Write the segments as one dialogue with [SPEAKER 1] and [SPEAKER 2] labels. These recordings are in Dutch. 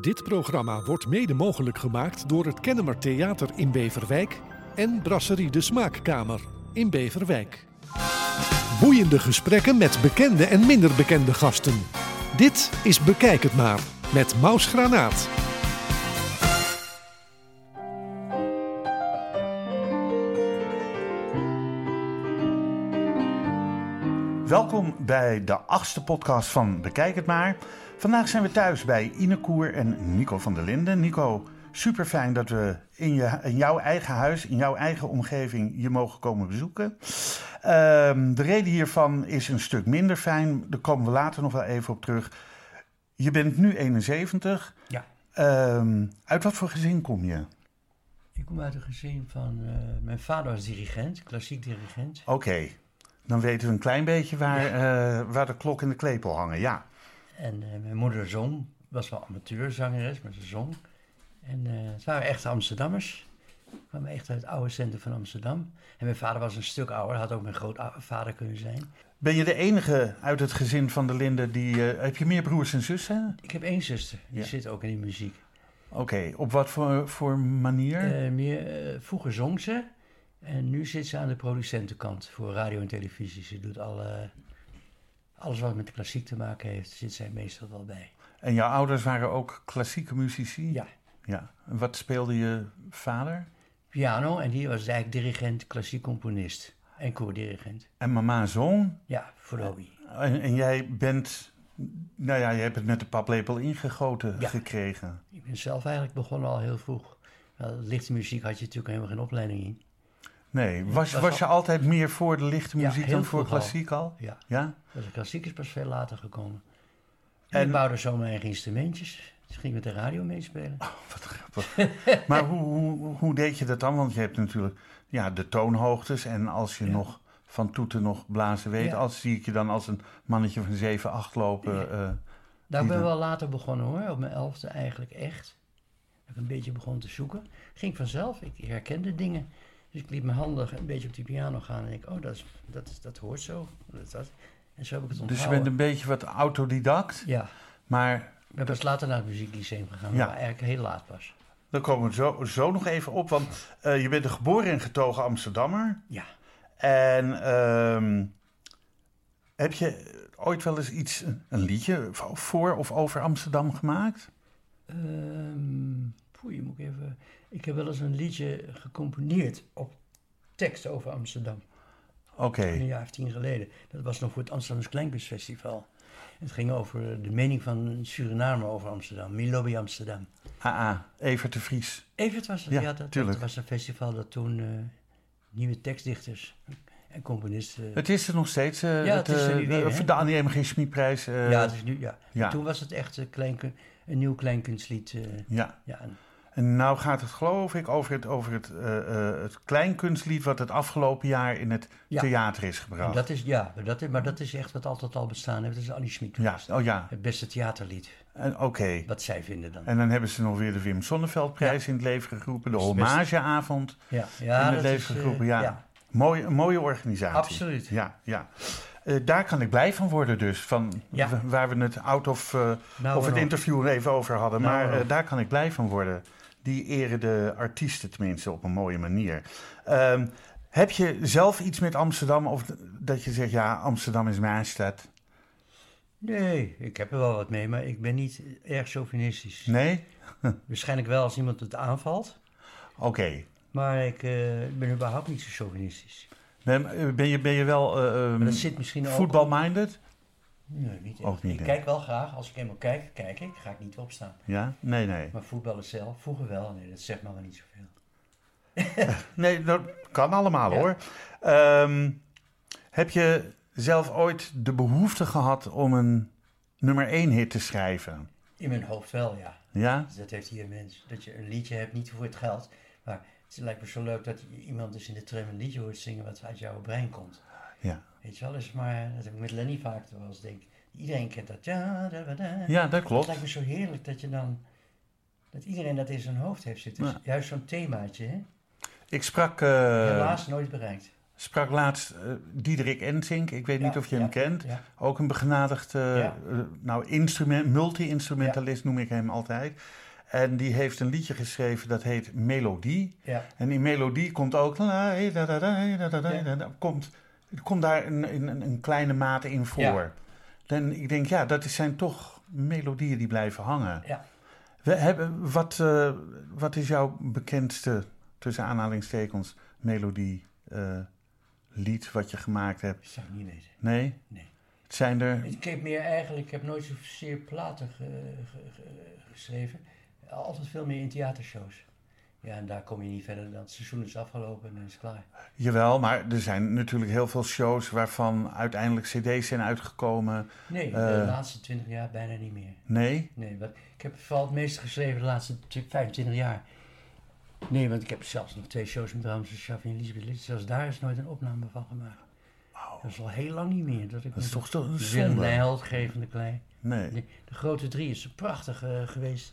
[SPEAKER 1] Dit programma wordt mede mogelijk gemaakt door het Kennemer Theater in Beverwijk en Brasserie de Smaakkamer in Beverwijk. Boeiende gesprekken met bekende en minder bekende gasten. Dit is Bekijk het maar met Maus Granaat.
[SPEAKER 2] Welkom bij de achtste podcast van Bekijk het maar. Vandaag zijn we thuis bij Ine Koer en Nico van der Linden. Nico, super fijn dat we in, je, in jouw eigen huis, in jouw eigen omgeving je mogen komen bezoeken. Ehm, de reden hiervan is een stuk minder fijn. Daar komen we later nog wel even op terug. Je bent nu 71.
[SPEAKER 3] Ja.
[SPEAKER 2] Ehm, uit wat voor gezin kom je?
[SPEAKER 3] Ik kom uit een gezin van. eh, mijn vader was dirigent, klassiek dirigent.
[SPEAKER 2] Oké, dan weten we een klein beetje waar, eh, waar de klok en de klepel hangen. Ja.
[SPEAKER 3] En eh, mijn moeder zong, was wel amateurzangeres, maar ze zong. En eh het waren echte Amsterdammers. Ze kwamen echt uit het oude centrum van Amsterdam. En mijn vader was een stuk ouder, had ook mijn grootvader kunnen zijn.
[SPEAKER 2] Ben je de enige uit het gezin van de Linden die. eh, heb je meer broers en zussen?
[SPEAKER 3] Ik heb één zuster, die
[SPEAKER 2] Ja.
[SPEAKER 3] zit ook in die muziek.
[SPEAKER 2] Oké, op wat voor, voor manier?
[SPEAKER 3] Eh, meer, eh, vroeger zong ze en nu zit ze aan de producentenkant voor radio en televisie. Ze doet alle, alles wat met de klassiek te maken heeft, zit zij meestal wel bij.
[SPEAKER 2] En jouw ouders waren ook klassieke muzici?
[SPEAKER 3] Ja.
[SPEAKER 2] ja. En wat speelde je vader?
[SPEAKER 3] piano en die was eigenlijk dirigent, klassiek componist en koordirigent.
[SPEAKER 2] En mama zong.
[SPEAKER 3] Ja, voor de hobby.
[SPEAKER 2] En, en jij bent. Nou ja, je hebt het met de paplepel ingegoten
[SPEAKER 3] Ja.
[SPEAKER 2] gekregen.
[SPEAKER 3] Ik ben zelf eigenlijk begonnen al heel vroeg. Wel, lichte muziek had je natuurlijk helemaal geen opleiding in.
[SPEAKER 2] Nee, was,
[SPEAKER 3] was
[SPEAKER 2] was je altijd meer voor de lichte
[SPEAKER 3] Ja,
[SPEAKER 2] muziek
[SPEAKER 3] heel
[SPEAKER 2] dan voor
[SPEAKER 3] vroeg al.
[SPEAKER 2] klassiek al?
[SPEAKER 3] Ja,
[SPEAKER 2] Ja?
[SPEAKER 3] dus de klassiek is pas veel later gekomen. En
[SPEAKER 2] En-
[SPEAKER 3] ik bouwde zo mijn eigen instrumentjes. Dus ik ging met de radio meespelen.
[SPEAKER 2] Wat grappig. maar hoe, hoe, hoe deed je dat dan? Want je hebt natuurlijk ja, de toonhoogtes. En als je
[SPEAKER 3] Ja.
[SPEAKER 2] nog van toeten nog blazen weet,
[SPEAKER 3] Ja.
[SPEAKER 2] als zie ik je dan als een mannetje van 7, 8 lopen.
[SPEAKER 3] Ja.
[SPEAKER 2] eh,
[SPEAKER 3] Daar
[SPEAKER 2] Die
[SPEAKER 3] ben ik
[SPEAKER 2] dan-
[SPEAKER 3] wel later begonnen hoor, op mijn elfde eigenlijk echt. Heb een beetje begonnen te zoeken. Ging vanzelf, ik herkende dingen. Dus ik liet mijn handen een beetje op die piano gaan en ik, oh dat, is, dat, is, dat hoort zo. Dat, is dat. En zo heb ik het onthouden.
[SPEAKER 2] dus je bent een beetje wat autodidact.
[SPEAKER 3] Ja,
[SPEAKER 2] Maar
[SPEAKER 3] ik ben pas later naar het muzieklyceum gegaan,
[SPEAKER 2] Ja.
[SPEAKER 3] maar eigenlijk heel laat pas.
[SPEAKER 2] daar komen we zo, zo nog even op. Want eh, je bent een geboren en getogen Amsterdammer.
[SPEAKER 3] Ja,
[SPEAKER 2] En ehm, heb je ooit wel eens iets, een liedje voor of over Amsterdam gemaakt?
[SPEAKER 3] ehm poei, moet ik even... Ik heb wel eens een liedje gecomponeerd op tekst over Amsterdam.
[SPEAKER 2] Oké.
[SPEAKER 3] Een jaar of tien geleden. Dat was nog voor het Amsterdamse Kleinkunstfestival. Het ging over de mening van een Suriname over Amsterdam. Milobby Amsterdam.
[SPEAKER 2] AA, Evert de Vries.
[SPEAKER 3] Evert was dat,
[SPEAKER 2] Ja,
[SPEAKER 3] ja. dat,
[SPEAKER 2] tuurlijk.
[SPEAKER 3] dat was een festival dat toen eh, nieuwe tekstdichters en componisten...
[SPEAKER 2] Het is er nog steeds. eh,
[SPEAKER 3] Ja, het is er
[SPEAKER 2] eh,
[SPEAKER 3] nu weer,
[SPEAKER 2] eh,
[SPEAKER 3] hè?
[SPEAKER 2] de Annie M. G. Schmidprijs. eh,
[SPEAKER 3] ja, het is nu, ja.
[SPEAKER 2] ja.
[SPEAKER 3] Toen was het echt een, klein, kun- een nieuw kleinkunstlied. eh,
[SPEAKER 2] ja.
[SPEAKER 3] ja, en-
[SPEAKER 2] En nou gaat het, geloof ik, over het, over het, eh, eh, het kleinkunstlied. wat het afgelopen jaar in het
[SPEAKER 3] Ja.
[SPEAKER 2] theater is
[SPEAKER 3] En
[SPEAKER 2] gebracht.
[SPEAKER 3] dat is, ja, maar dat is, maar dat is echt wat altijd al bestaan heeft. Dat is Annie Schmid.
[SPEAKER 2] Ja, oh ja.
[SPEAKER 3] Het beste theaterlied,
[SPEAKER 2] En Oké.
[SPEAKER 3] wat zij vinden dan.
[SPEAKER 2] En dan hebben ze nog weer de Wim Sonneveldprijs in het leven geroepen. De hommageavond
[SPEAKER 3] Ja, ja
[SPEAKER 2] in het
[SPEAKER 3] dat
[SPEAKER 2] leven
[SPEAKER 3] is, eh,
[SPEAKER 2] geroepen. Ja. Mooie, een mooie organisatie.
[SPEAKER 3] Absoluut.
[SPEAKER 2] Ja, ja. Eh, daar kan ik blij van worden, dus. Van
[SPEAKER 3] Ja.
[SPEAKER 2] w- Waar we het out of. eh,
[SPEAKER 3] Nou,
[SPEAKER 2] of het
[SPEAKER 3] en
[SPEAKER 2] interview er even over hadden.
[SPEAKER 3] Nou,
[SPEAKER 2] maar
[SPEAKER 3] waarom?
[SPEAKER 2] eh, daar kan ik blij van worden. Die eren de artiesten tenminste op een mooie manier. Ehm, heb je zelf iets met Amsterdam? Of d- dat je zegt, ja, Amsterdam is mijn stad.
[SPEAKER 3] Nee, ik heb er wel wat mee, maar ik ben niet erg chauvinistisch.
[SPEAKER 2] Nee?
[SPEAKER 3] Waarschijnlijk wel als iemand het aanvalt,
[SPEAKER 2] Oké.
[SPEAKER 3] maar ik eh, ben überhaupt niet zo chauvinistisch.
[SPEAKER 2] Nee, maar, eh, Ben, je, ben je wel eh,
[SPEAKER 3] Maar
[SPEAKER 2] ehm
[SPEAKER 3] dat zit misschien ook...
[SPEAKER 2] voetbalminded?
[SPEAKER 3] Nee, niet echt.
[SPEAKER 2] Ook niet,
[SPEAKER 3] ik
[SPEAKER 2] hè?
[SPEAKER 3] kijk wel graag, als ik eenmaal kijk, kijk ik, ga ik niet opstaan.
[SPEAKER 2] Ja? Nee, nee.
[SPEAKER 3] Maar voetballen zelf, vroeger wel, nee, dat zegt me maar niet zoveel.
[SPEAKER 2] Nee, dat kan allemaal
[SPEAKER 3] Ja.
[SPEAKER 2] hoor. Ehm, heb je zelf ooit de behoefte gehad om een nummer 1 hit te schrijven?
[SPEAKER 3] In mijn hoofd wel, ja.
[SPEAKER 2] Ja?
[SPEAKER 3] Dus Dat heeft hier mens. Dat je een liedje hebt, niet voor het geld. Maar het lijkt me zo leuk dat je iemand dus in de tram een liedje hoort zingen wat uit jouw brein komt.
[SPEAKER 2] Ja,
[SPEAKER 3] Weet je wel eens, maar dat heb ik met Lenny vaak wel eens denk. Iedereen kent dat. Ja, da, da, da.
[SPEAKER 2] ja dat
[SPEAKER 3] Het
[SPEAKER 2] klopt.
[SPEAKER 3] lijkt me zo heerlijk dat je dan. Dat iedereen dat in zijn hoofd heeft zitten.
[SPEAKER 2] Ja.
[SPEAKER 3] Juist zo'n themaatje, hè?
[SPEAKER 2] Ik sprak. eh,
[SPEAKER 3] Helaas nooit bereikt.
[SPEAKER 2] sprak laatst eh, Diederik Ensink. Ik weet niet
[SPEAKER 3] Ja,
[SPEAKER 2] of je
[SPEAKER 3] ja,
[SPEAKER 2] hem kent.
[SPEAKER 3] ja.
[SPEAKER 2] Ook een begenadigd eh,
[SPEAKER 3] Ja.
[SPEAKER 2] eh, nou, instrument, multi-instrumentalist noem ik hem altijd. En die heeft een liedje geschreven dat heet Melodie.
[SPEAKER 3] Ja,
[SPEAKER 2] En in melodie komt ook. la, eh, da, da, da, da, da, da,
[SPEAKER 3] Ja.
[SPEAKER 2] da, da, Komt, komt daar een, een, een kleine mate in voor. En ik denk, ja, dat zijn toch melodieën die blijven hangen.
[SPEAKER 3] ja.
[SPEAKER 2] We hebben, wat, eh, wat is jouw bekendste, tussen aanhalingstekens, melodie, eh, lied wat je gemaakt hebt?
[SPEAKER 3] dat zou ik niet weten.
[SPEAKER 2] Nee?
[SPEAKER 3] Nee.
[SPEAKER 2] Het zijn er.
[SPEAKER 3] Ik heb meer eigenlijk, ik heb nooit zozeer platen ge- ge- ge- geschreven. Altijd veel meer in theatershows. Ja, en daar kom je niet verder dan het seizoen is afgelopen en dan is het klaar.
[SPEAKER 2] Jawel, maar er zijn natuurlijk heel veel shows waarvan uiteindelijk CD's zijn uitgekomen.
[SPEAKER 3] Nee, de
[SPEAKER 2] Eh.
[SPEAKER 3] laatste 20 jaar bijna niet meer.
[SPEAKER 2] Nee?
[SPEAKER 3] Nee, wat, ik heb vooral het meeste geschreven de laatste tw- 25 jaar. Nee, want ik heb zelfs nog twee shows met Ramses Shaffi en Elisabeth Litt. Zelfs daar is nooit een opname van gemaakt. Dat is al heel lang niet meer. Dat, ik
[SPEAKER 2] Dat is toch toch een
[SPEAKER 3] Willem
[SPEAKER 2] zonde?
[SPEAKER 3] Nijholt, G. van de Klei.
[SPEAKER 2] Nee.
[SPEAKER 3] De, de grote drie is prachtig eh, geweest.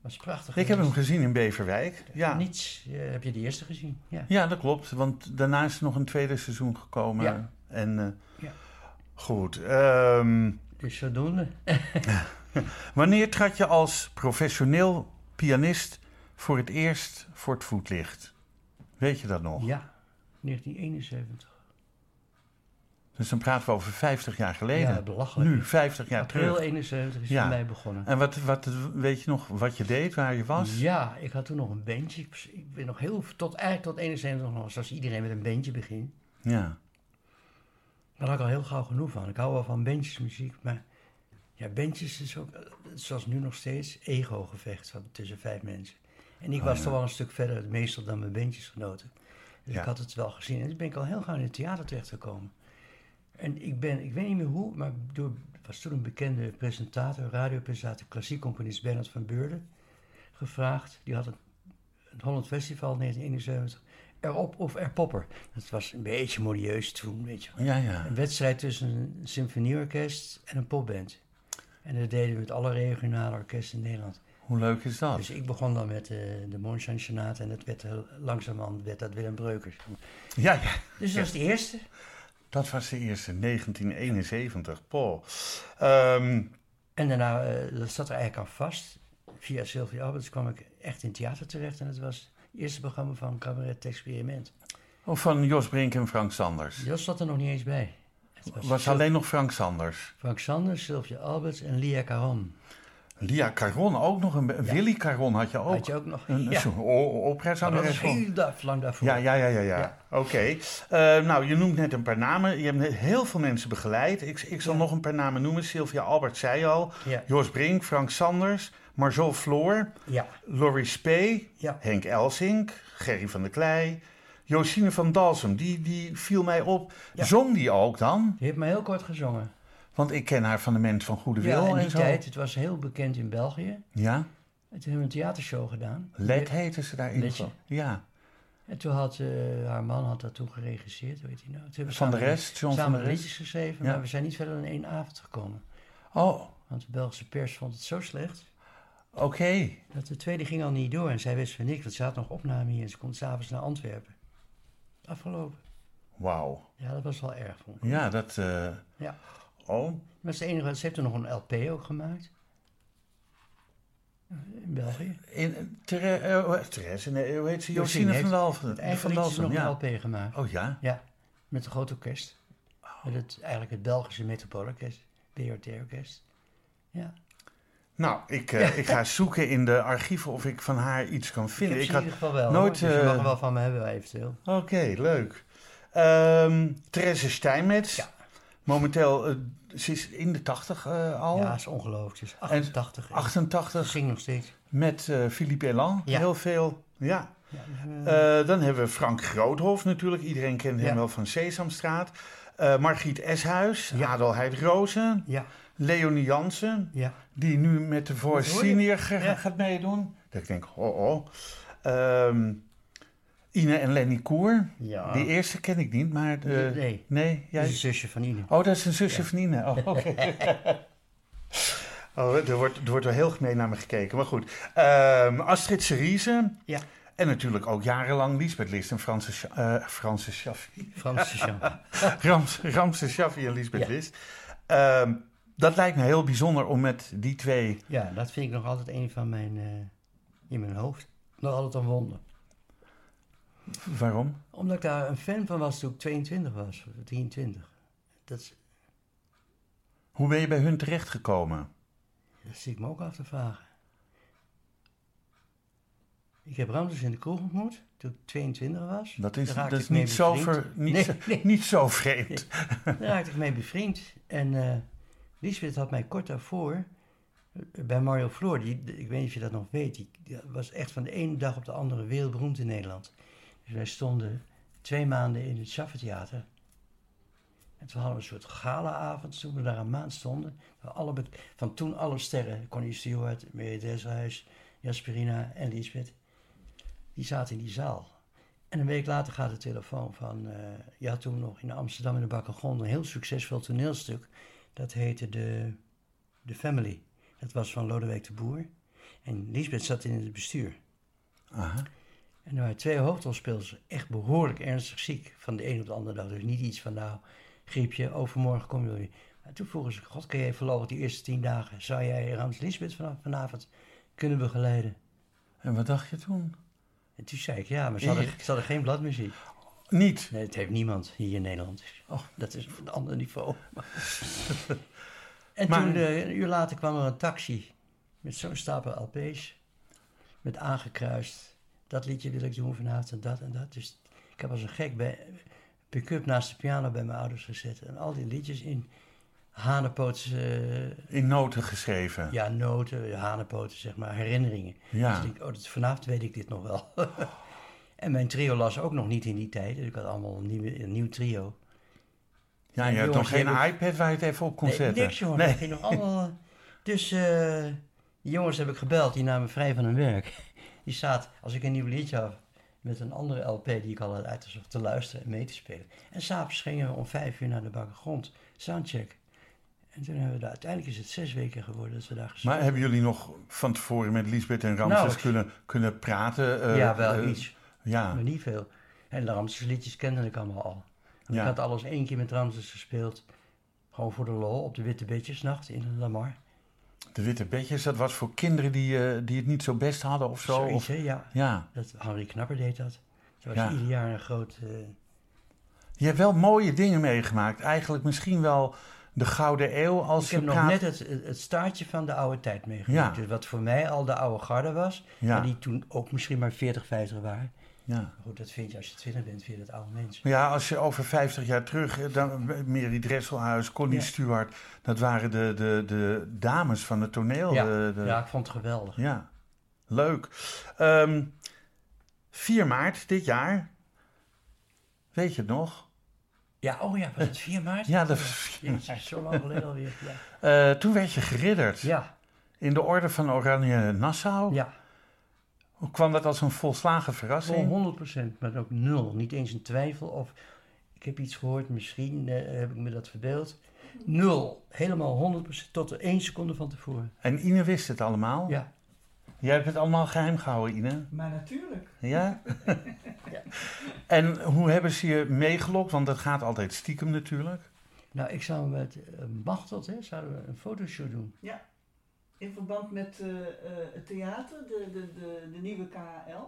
[SPEAKER 3] Was prachtig
[SPEAKER 2] Ik heb hem
[SPEAKER 3] geweest.
[SPEAKER 2] gezien in Beverwijk. Ja.
[SPEAKER 3] Niets. eh, heb je de eerste gezien? Ja.
[SPEAKER 2] Ja, dat klopt. Want daarna is er nog een tweede seizoen gekomen.
[SPEAKER 3] Ja.
[SPEAKER 2] En eh,
[SPEAKER 3] Ja.
[SPEAKER 2] goed. ehm,
[SPEAKER 3] Dus zodoende.
[SPEAKER 2] wanneer trad je als professioneel pianist voor het eerst voor het voetlicht? Weet je dat nog?
[SPEAKER 3] Ja, 1971.
[SPEAKER 2] Dus dan praten we over 50 jaar geleden.
[SPEAKER 3] Ja, belachelijk.
[SPEAKER 2] nu, 50 jaar
[SPEAKER 3] April
[SPEAKER 2] terug.
[SPEAKER 3] 71 is
[SPEAKER 2] Ja.
[SPEAKER 3] voor mij begonnen.
[SPEAKER 2] En wat, wat, weet je nog wat je deed, waar je was?
[SPEAKER 3] Ja, ik had toen nog een bandje. Ik, ik ben nog heel, tot, eigenlijk tot 71 nog, zoals iedereen met een bandje begint.
[SPEAKER 2] Ja.
[SPEAKER 3] Daar had ik al heel gauw genoeg van. Ik hou wel van bandjesmuziek, maar ja, bandjes is ook, eh, zoals nu nog steeds, ego-gevecht van- tussen vijf mensen. En ik was toch wel een stuk verder meestal dan mijn bandjesgenoten. Dus
[SPEAKER 2] Ja.
[SPEAKER 3] ik had het wel gezien. En toen ben ik al heel gauw in het theater terechtgekomen. En ik ben, ik weet niet meer hoe, maar door, was toen een bekende presentator, radiopresentator, klassiek componist Bernard van Beurden, gevraagd. Die had een het Holland Festival 1971. Erop of er popper. Dat was een beetje modieus toen, weet je wel.
[SPEAKER 2] Ja, ja.
[SPEAKER 3] Een wedstrijd tussen een symfonieorkest en een popband. En dat deden we met alle regionale orkesten in Nederland.
[SPEAKER 2] Hoe leuk is dat?
[SPEAKER 3] Dus ik begon dan met eh, de Monshine Sonate en dat werd heel, langzamerhand werd dat Willem Breukers.
[SPEAKER 2] Ja, ja.
[SPEAKER 3] Dus dat was de eerste.
[SPEAKER 2] Dat was de eerste, 1971. Paul. Ehm,
[SPEAKER 3] En daarna, eh, dat zat er eigenlijk aan vast. Via Sylvia Alberts kwam ik echt in theater terecht en dat was het eerste programma van Cabaret Experiment.
[SPEAKER 2] of Oh, van Jos Brink en Frank Sanders.
[SPEAKER 3] Dat zat er nog niet eens bij. Het
[SPEAKER 2] was
[SPEAKER 3] Syl-
[SPEAKER 2] alleen nog Frank Sanders.
[SPEAKER 3] Frank Sanders, Sylvia Alberts en Lia Caron.
[SPEAKER 2] Lia Caron ook nog. Een, be- Willy Caron had je ook.
[SPEAKER 3] Had je ook nog?
[SPEAKER 2] Een,
[SPEAKER 3] ja.
[SPEAKER 2] zo'n o-
[SPEAKER 3] Maar dat is
[SPEAKER 2] operazangeres van.
[SPEAKER 3] heel da- lang daarvoor.
[SPEAKER 2] Ja, ja, ja, ja. ja.
[SPEAKER 3] Ja.
[SPEAKER 2] Oké. Eh, nou, je noemt net een paar namen. Je hebt net heel veel mensen begeleid. Ik, ik zal nog een paar namen noemen. Sylvia Albert zei al.
[SPEAKER 3] Ja.
[SPEAKER 2] Jos Brink, Frank Sanders, Marjol Floor,
[SPEAKER 3] ja.
[SPEAKER 2] Laurie Spee,
[SPEAKER 3] Ja.
[SPEAKER 2] Henk Elsink, Gerry van der Klei, Josine van Dalsem. Die, die viel mij op.
[SPEAKER 3] Ja.
[SPEAKER 2] Zong die ook dan?
[SPEAKER 3] Die heeft maar heel kort gezongen.
[SPEAKER 2] Want ik ken haar van de Mens van Goede Wil
[SPEAKER 3] Ja, in
[SPEAKER 2] en,
[SPEAKER 3] die
[SPEAKER 2] zo.
[SPEAKER 3] tijd, het was heel bekend in België.
[SPEAKER 2] Ja,
[SPEAKER 3] En toen hebben we een theatershow gedaan.
[SPEAKER 2] Led heette ze daarin.
[SPEAKER 3] Letje.
[SPEAKER 2] Ja,
[SPEAKER 3] En toen had eh, haar man had dat toen geregisseerd, hoe heet hij nou? Toen hebben we
[SPEAKER 2] Van de
[SPEAKER 3] samen-
[SPEAKER 2] Rest, John van
[SPEAKER 3] samen
[SPEAKER 2] de Rest.
[SPEAKER 3] liedjes geschreven,
[SPEAKER 2] Ja.
[SPEAKER 3] maar we zijn niet verder dan één avond gekomen.
[SPEAKER 2] Oh,
[SPEAKER 3] Want de Belgische pers vond het zo slecht,
[SPEAKER 2] oké.
[SPEAKER 3] dat de tweede ging al niet door. En zij wist van niks, want ze had nog opname hier en ze kon s'avonds naar Antwerpen. Afgelopen.
[SPEAKER 2] Wauw.
[SPEAKER 3] Ja, dat was wel erg, vond ik.
[SPEAKER 2] Ja, dat... eh,
[SPEAKER 3] Ja.
[SPEAKER 2] oh,
[SPEAKER 3] Maar ze, enige, ze heeft er nog een LP ook gemaakt. In België.
[SPEAKER 2] In, Ther- eh, hoe- Therese, nee, hoe heet ze?
[SPEAKER 3] Josine
[SPEAKER 2] Josine van
[SPEAKER 3] heeft
[SPEAKER 2] Dalven.
[SPEAKER 3] Het eigen
[SPEAKER 2] Van
[SPEAKER 3] liedje is
[SPEAKER 2] Dalven,
[SPEAKER 3] nog
[SPEAKER 2] ja.
[SPEAKER 3] een LP gemaakt.
[SPEAKER 2] Oh ja?
[SPEAKER 3] Ja, met een groot orkest. Met het, eigenlijk het Belgische Metropoolorkest, BRT-orkest. Ja,
[SPEAKER 2] Nou, ik, eh, ik ga zoeken in de archieven of ik van haar iets kan
[SPEAKER 3] ik heb
[SPEAKER 2] vinden.
[SPEAKER 3] ze
[SPEAKER 2] Ik
[SPEAKER 3] in
[SPEAKER 2] had-
[SPEAKER 3] ieder geval wel.
[SPEAKER 2] nooit,
[SPEAKER 3] Nooit, dus je mag
[SPEAKER 2] eh,
[SPEAKER 3] er wel van me hebben eventueel.
[SPEAKER 2] Oké, leuk. Ehm Therese Stijnmets.
[SPEAKER 3] Ja.
[SPEAKER 2] Momenteel, eh, ze is in de tachtig eh, al.
[SPEAKER 3] Ja, is ongelooflijk. Ze is 88. en
[SPEAKER 2] 88
[SPEAKER 3] Dat ging nog steeds.
[SPEAKER 2] met eh, Philippe Elan.
[SPEAKER 3] Ja.
[SPEAKER 2] Heel veel. Ja.
[SPEAKER 3] Ja,
[SPEAKER 2] Eh, dan hebben we Frank Groothof natuurlijk. Iedereen kent hem
[SPEAKER 3] Ja.
[SPEAKER 2] wel van Sesamstraat. Eh, Margriet Eshuis. Adelheid Rozen.
[SPEAKER 3] ja,
[SPEAKER 2] Leonie Jansen.
[SPEAKER 3] ja.
[SPEAKER 2] die nu met de Voice
[SPEAKER 3] Dat hoor je.
[SPEAKER 2] Senior ga-
[SPEAKER 3] Ja.
[SPEAKER 2] gaat meedoen. Dat ik denk, oh oh. Ehm, Ine en Lenny Koer.
[SPEAKER 3] Ja.
[SPEAKER 2] Die eerste ken ik niet, maar... de-
[SPEAKER 3] Nee, nee.
[SPEAKER 2] jij...
[SPEAKER 3] Dat is een zusje van Ine.
[SPEAKER 2] Oh, dat is een zusje van Ine. Oh, oké. oh, er, wordt, er wordt wel heel gemeen naar me gekeken, maar goed. Ehm, Astrid Cerise,
[SPEAKER 3] Ja.
[SPEAKER 2] En natuurlijk ook jarenlang Lisbeth List en Francis, Scha- eh Francis Schaffi.
[SPEAKER 3] Franse champagne.
[SPEAKER 2] Rams, Ramses Shaffi en Lisbeth
[SPEAKER 3] Ja.
[SPEAKER 2] List. Ehm, dat lijkt me heel bijzonder om met die twee.
[SPEAKER 3] Ja, dat vind ik nog altijd een van mijn, eh, in mijn hoofd, nog altijd een wonder.
[SPEAKER 2] Waarom?
[SPEAKER 3] Omdat ik daar een fan van was toen ik 22 was, 23. Dat, is-
[SPEAKER 2] Hoe ben je bij hun terechtgekomen?
[SPEAKER 3] dat zit ik me ook af te vragen. Ik heb Ramses in de kroeg ontmoet toen ik 22 was.
[SPEAKER 2] Dat is,
[SPEAKER 3] Daar raakte
[SPEAKER 2] dat is
[SPEAKER 3] ik mee
[SPEAKER 2] niet, zo
[SPEAKER 3] bevriend.
[SPEAKER 2] ver, niet,
[SPEAKER 3] Nee,
[SPEAKER 2] zo-
[SPEAKER 3] nee.
[SPEAKER 2] niet zo vreemd.
[SPEAKER 3] Daar raakte ik mee bevriend. En eh Lisbeth had mij kort daarvoor eh, bij Mario Floor, die, ik weet niet of je dat nog weet, die, die was echt van de ene dag op de andere wereldberoemd in Nederland. Dus wij stonden twee maanden in het Schaffertheater. En toen hadden we een soort galaavond, toen we daar een maand stonden. waar Alle, be- van toen alle sterren, Connie Stewart, Mary Deshuis, Jasperina en Lisbeth, die zaten in die zaal. En een week later gaat de telefoon van. eh je had toen nog in Amsterdam in de Bakkergrond een heel succesvol toneelstuk. Dat heette de, de Family. Dat was van Lodewijk de Boer. En Lisbeth zat in het bestuur.
[SPEAKER 2] Aha.
[SPEAKER 3] En er waren twee hoofdrolspelers echt behoorlijk ernstig ziek. Van de een op de andere dag. Dus niet iets van nou, griepje, overmorgen kom je wel weer. Maar toen vroegen ze, god kan jij voorlopig die eerste tien dagen... zou jij Rams Lisbeth vanaf vanavond kunnen begeleiden?
[SPEAKER 2] En wat dacht je toen?
[SPEAKER 3] En toen zei ik, ja, maar ze hadden, ze hadden geen bladmuziek.
[SPEAKER 2] Niet.
[SPEAKER 3] Nee, het heeft niemand hier in Nederland. Oh, dat is een ander niveau. en
[SPEAKER 2] Maar-
[SPEAKER 3] toen, eh, een uur later, kwam er een taxi met zo'n stapel LP's. Met aangekruist. Dat liedje wil ik doen vanavond en dat en dat. Dus ik heb als een gek bij pick-up naast de piano bij mijn ouders gezet. En al die liedjes in hanenpoots, eh,
[SPEAKER 2] In noten geschreven.
[SPEAKER 3] ja, noten, hanenpoten, zeg maar, herinneringen.
[SPEAKER 2] Ja.
[SPEAKER 3] Dus ik denk, oh, dat, vanavond weet ik dit nog wel. en mijn trio las ook nog niet in die tijd. Dus ik had allemaal een, nieuwe, een nieuw trio.
[SPEAKER 2] Ja, je hebt
[SPEAKER 3] Jongens,
[SPEAKER 2] nog geen
[SPEAKER 3] die hebben-
[SPEAKER 2] iPad waar je het even op kon
[SPEAKER 3] Nee,
[SPEAKER 2] zetten.
[SPEAKER 3] niks hoor.
[SPEAKER 2] Nee.
[SPEAKER 3] Dat ging nog allemaal... Dus eh, die jongens heb ik gebeld, die namen vrij van hun werk. Die staat, als ik een nieuw liedje had, met een andere LP die ik al had uitgezocht, te luisteren en mee te spelen. En s'avonds gingen we om vijf uur naar de bakken grond, soundcheck. En toen hebben we daar, uiteindelijk is het zes weken geworden dat we daar gezeten
[SPEAKER 2] Maar hebben jullie nog van tevoren met Lisbeth en Ramses
[SPEAKER 3] Nou, ik-
[SPEAKER 2] kunnen, kunnen praten? eh,
[SPEAKER 3] Ja, wel
[SPEAKER 2] eh,
[SPEAKER 3] iets.
[SPEAKER 2] Ja,
[SPEAKER 3] Maar niet veel. En de Ramses liedjes kende ik allemaal al. Want
[SPEAKER 2] Ja.
[SPEAKER 3] Ik had alles één keer met Ramses gespeeld. Gewoon voor de lol op de Witte Beetjesnacht in de Lamar.
[SPEAKER 2] de witte bedjes, dat was voor kinderen die, eh, die het niet zo best hadden of zo.
[SPEAKER 3] Zoiets,
[SPEAKER 2] Of,
[SPEAKER 3] hè? Ja.
[SPEAKER 2] ja.
[SPEAKER 3] Dat, Henri Knapper deed dat. Dat was
[SPEAKER 2] Ja.
[SPEAKER 3] ieder jaar een groot... eh,
[SPEAKER 2] Je hebt wel mooie dingen meegemaakt. Eigenlijk misschien wel de Gouden Eeuw als
[SPEAKER 3] ik
[SPEAKER 2] je
[SPEAKER 3] heb nog
[SPEAKER 2] praat.
[SPEAKER 3] net het, het het staartje van de oude tijd meegemaakt.
[SPEAKER 2] Ja.
[SPEAKER 3] Dus wat voor mij al de oude garde was.
[SPEAKER 2] Ja.
[SPEAKER 3] Maar die toen ook misschien maar 40, 50 waren.
[SPEAKER 2] Ja.
[SPEAKER 3] Goed, dat vind je als je 20 bent, vind je dat oude mensen.
[SPEAKER 2] Maar ja, als je over 50 jaar terug, eh, dan, Mary Dresselhuis, Connie
[SPEAKER 3] Ja. Stewart,
[SPEAKER 2] Stuart, dat waren de, de, de dames van het toneel.
[SPEAKER 3] Ja,
[SPEAKER 2] de- de-
[SPEAKER 3] ja, ik vond het geweldig.
[SPEAKER 2] Ja, leuk. Ehm 4 maart dit jaar. Weet je het nog?
[SPEAKER 3] Ja, oh ja, was het 4 maart?
[SPEAKER 2] Ja, dat was-
[SPEAKER 3] Jezus, zo lang geleden alweer. Ja.
[SPEAKER 2] Eh, toen werd je geridderd
[SPEAKER 3] Ja,
[SPEAKER 2] in de Orde van Oranje Nassau.
[SPEAKER 3] ja.
[SPEAKER 2] Hoe kwam dat als een volslagen verrassing?
[SPEAKER 3] Vol 100%, maar ook nul. Niet eens een twijfel of ik heb iets gehoord, misschien eh, heb ik me dat verbeeld. Nul. Helemaal 100% tot de één seconde van tevoren.
[SPEAKER 2] En Ine wist het allemaal.
[SPEAKER 3] Ja.
[SPEAKER 2] Jij hebt het allemaal geheim gehouden, Ine.
[SPEAKER 4] Maar natuurlijk.
[SPEAKER 2] Ja? En hoe hebben ze je meegelokt? Want dat gaat altijd stiekem natuurlijk.
[SPEAKER 3] Nou, ik zou met eh, Machteld, hè, zouden we een fotoshoot doen.
[SPEAKER 4] Ja. In verband met eh, eh, het theater, de, de, de, de nieuwe KHL.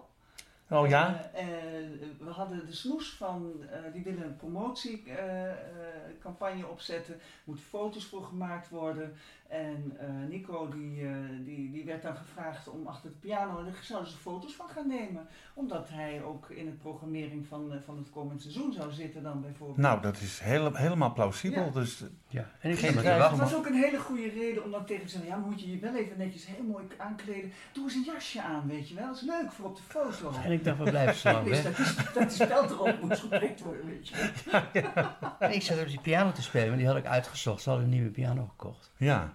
[SPEAKER 2] Oh ja?
[SPEAKER 4] Eh, eh, we hadden de snoes van, eh, die willen een promotiecampagne eh, opzetten. Er moeten foto's voor gemaakt worden. En eh, Nico die, eh, die, die werd dan gevraagd om achter de piano, en daar zouden ze foto's van gaan nemen. Omdat hij ook in de programmering van, eh, van het komend seizoen zou zitten dan bijvoorbeeld.
[SPEAKER 2] Nou, dat is heel, helemaal plausibel.
[SPEAKER 4] Ja.
[SPEAKER 2] Dus
[SPEAKER 3] Ja. En
[SPEAKER 2] Geen
[SPEAKER 3] ik zou met de
[SPEAKER 2] twijfel.
[SPEAKER 4] Het
[SPEAKER 3] wachtman-
[SPEAKER 4] was ook een hele goede reden om dan tegen te zeggen, ja, maar moet je je wel even netjes heel mooi aankleden. Doe eens een jasje aan, weet je wel. Dat is leuk voor op de foto.
[SPEAKER 3] En ik dacht, we blijven zo lang
[SPEAKER 4] Ik wist
[SPEAKER 3] weg.
[SPEAKER 4] dat die- dat die speld erop moest geprikt worden, weet je wel.
[SPEAKER 3] En ik zat op die piano te spelen, maar die had ik uitgezocht. Ze hadden een nieuwe piano gekocht.
[SPEAKER 2] ja.
[SPEAKER 3] En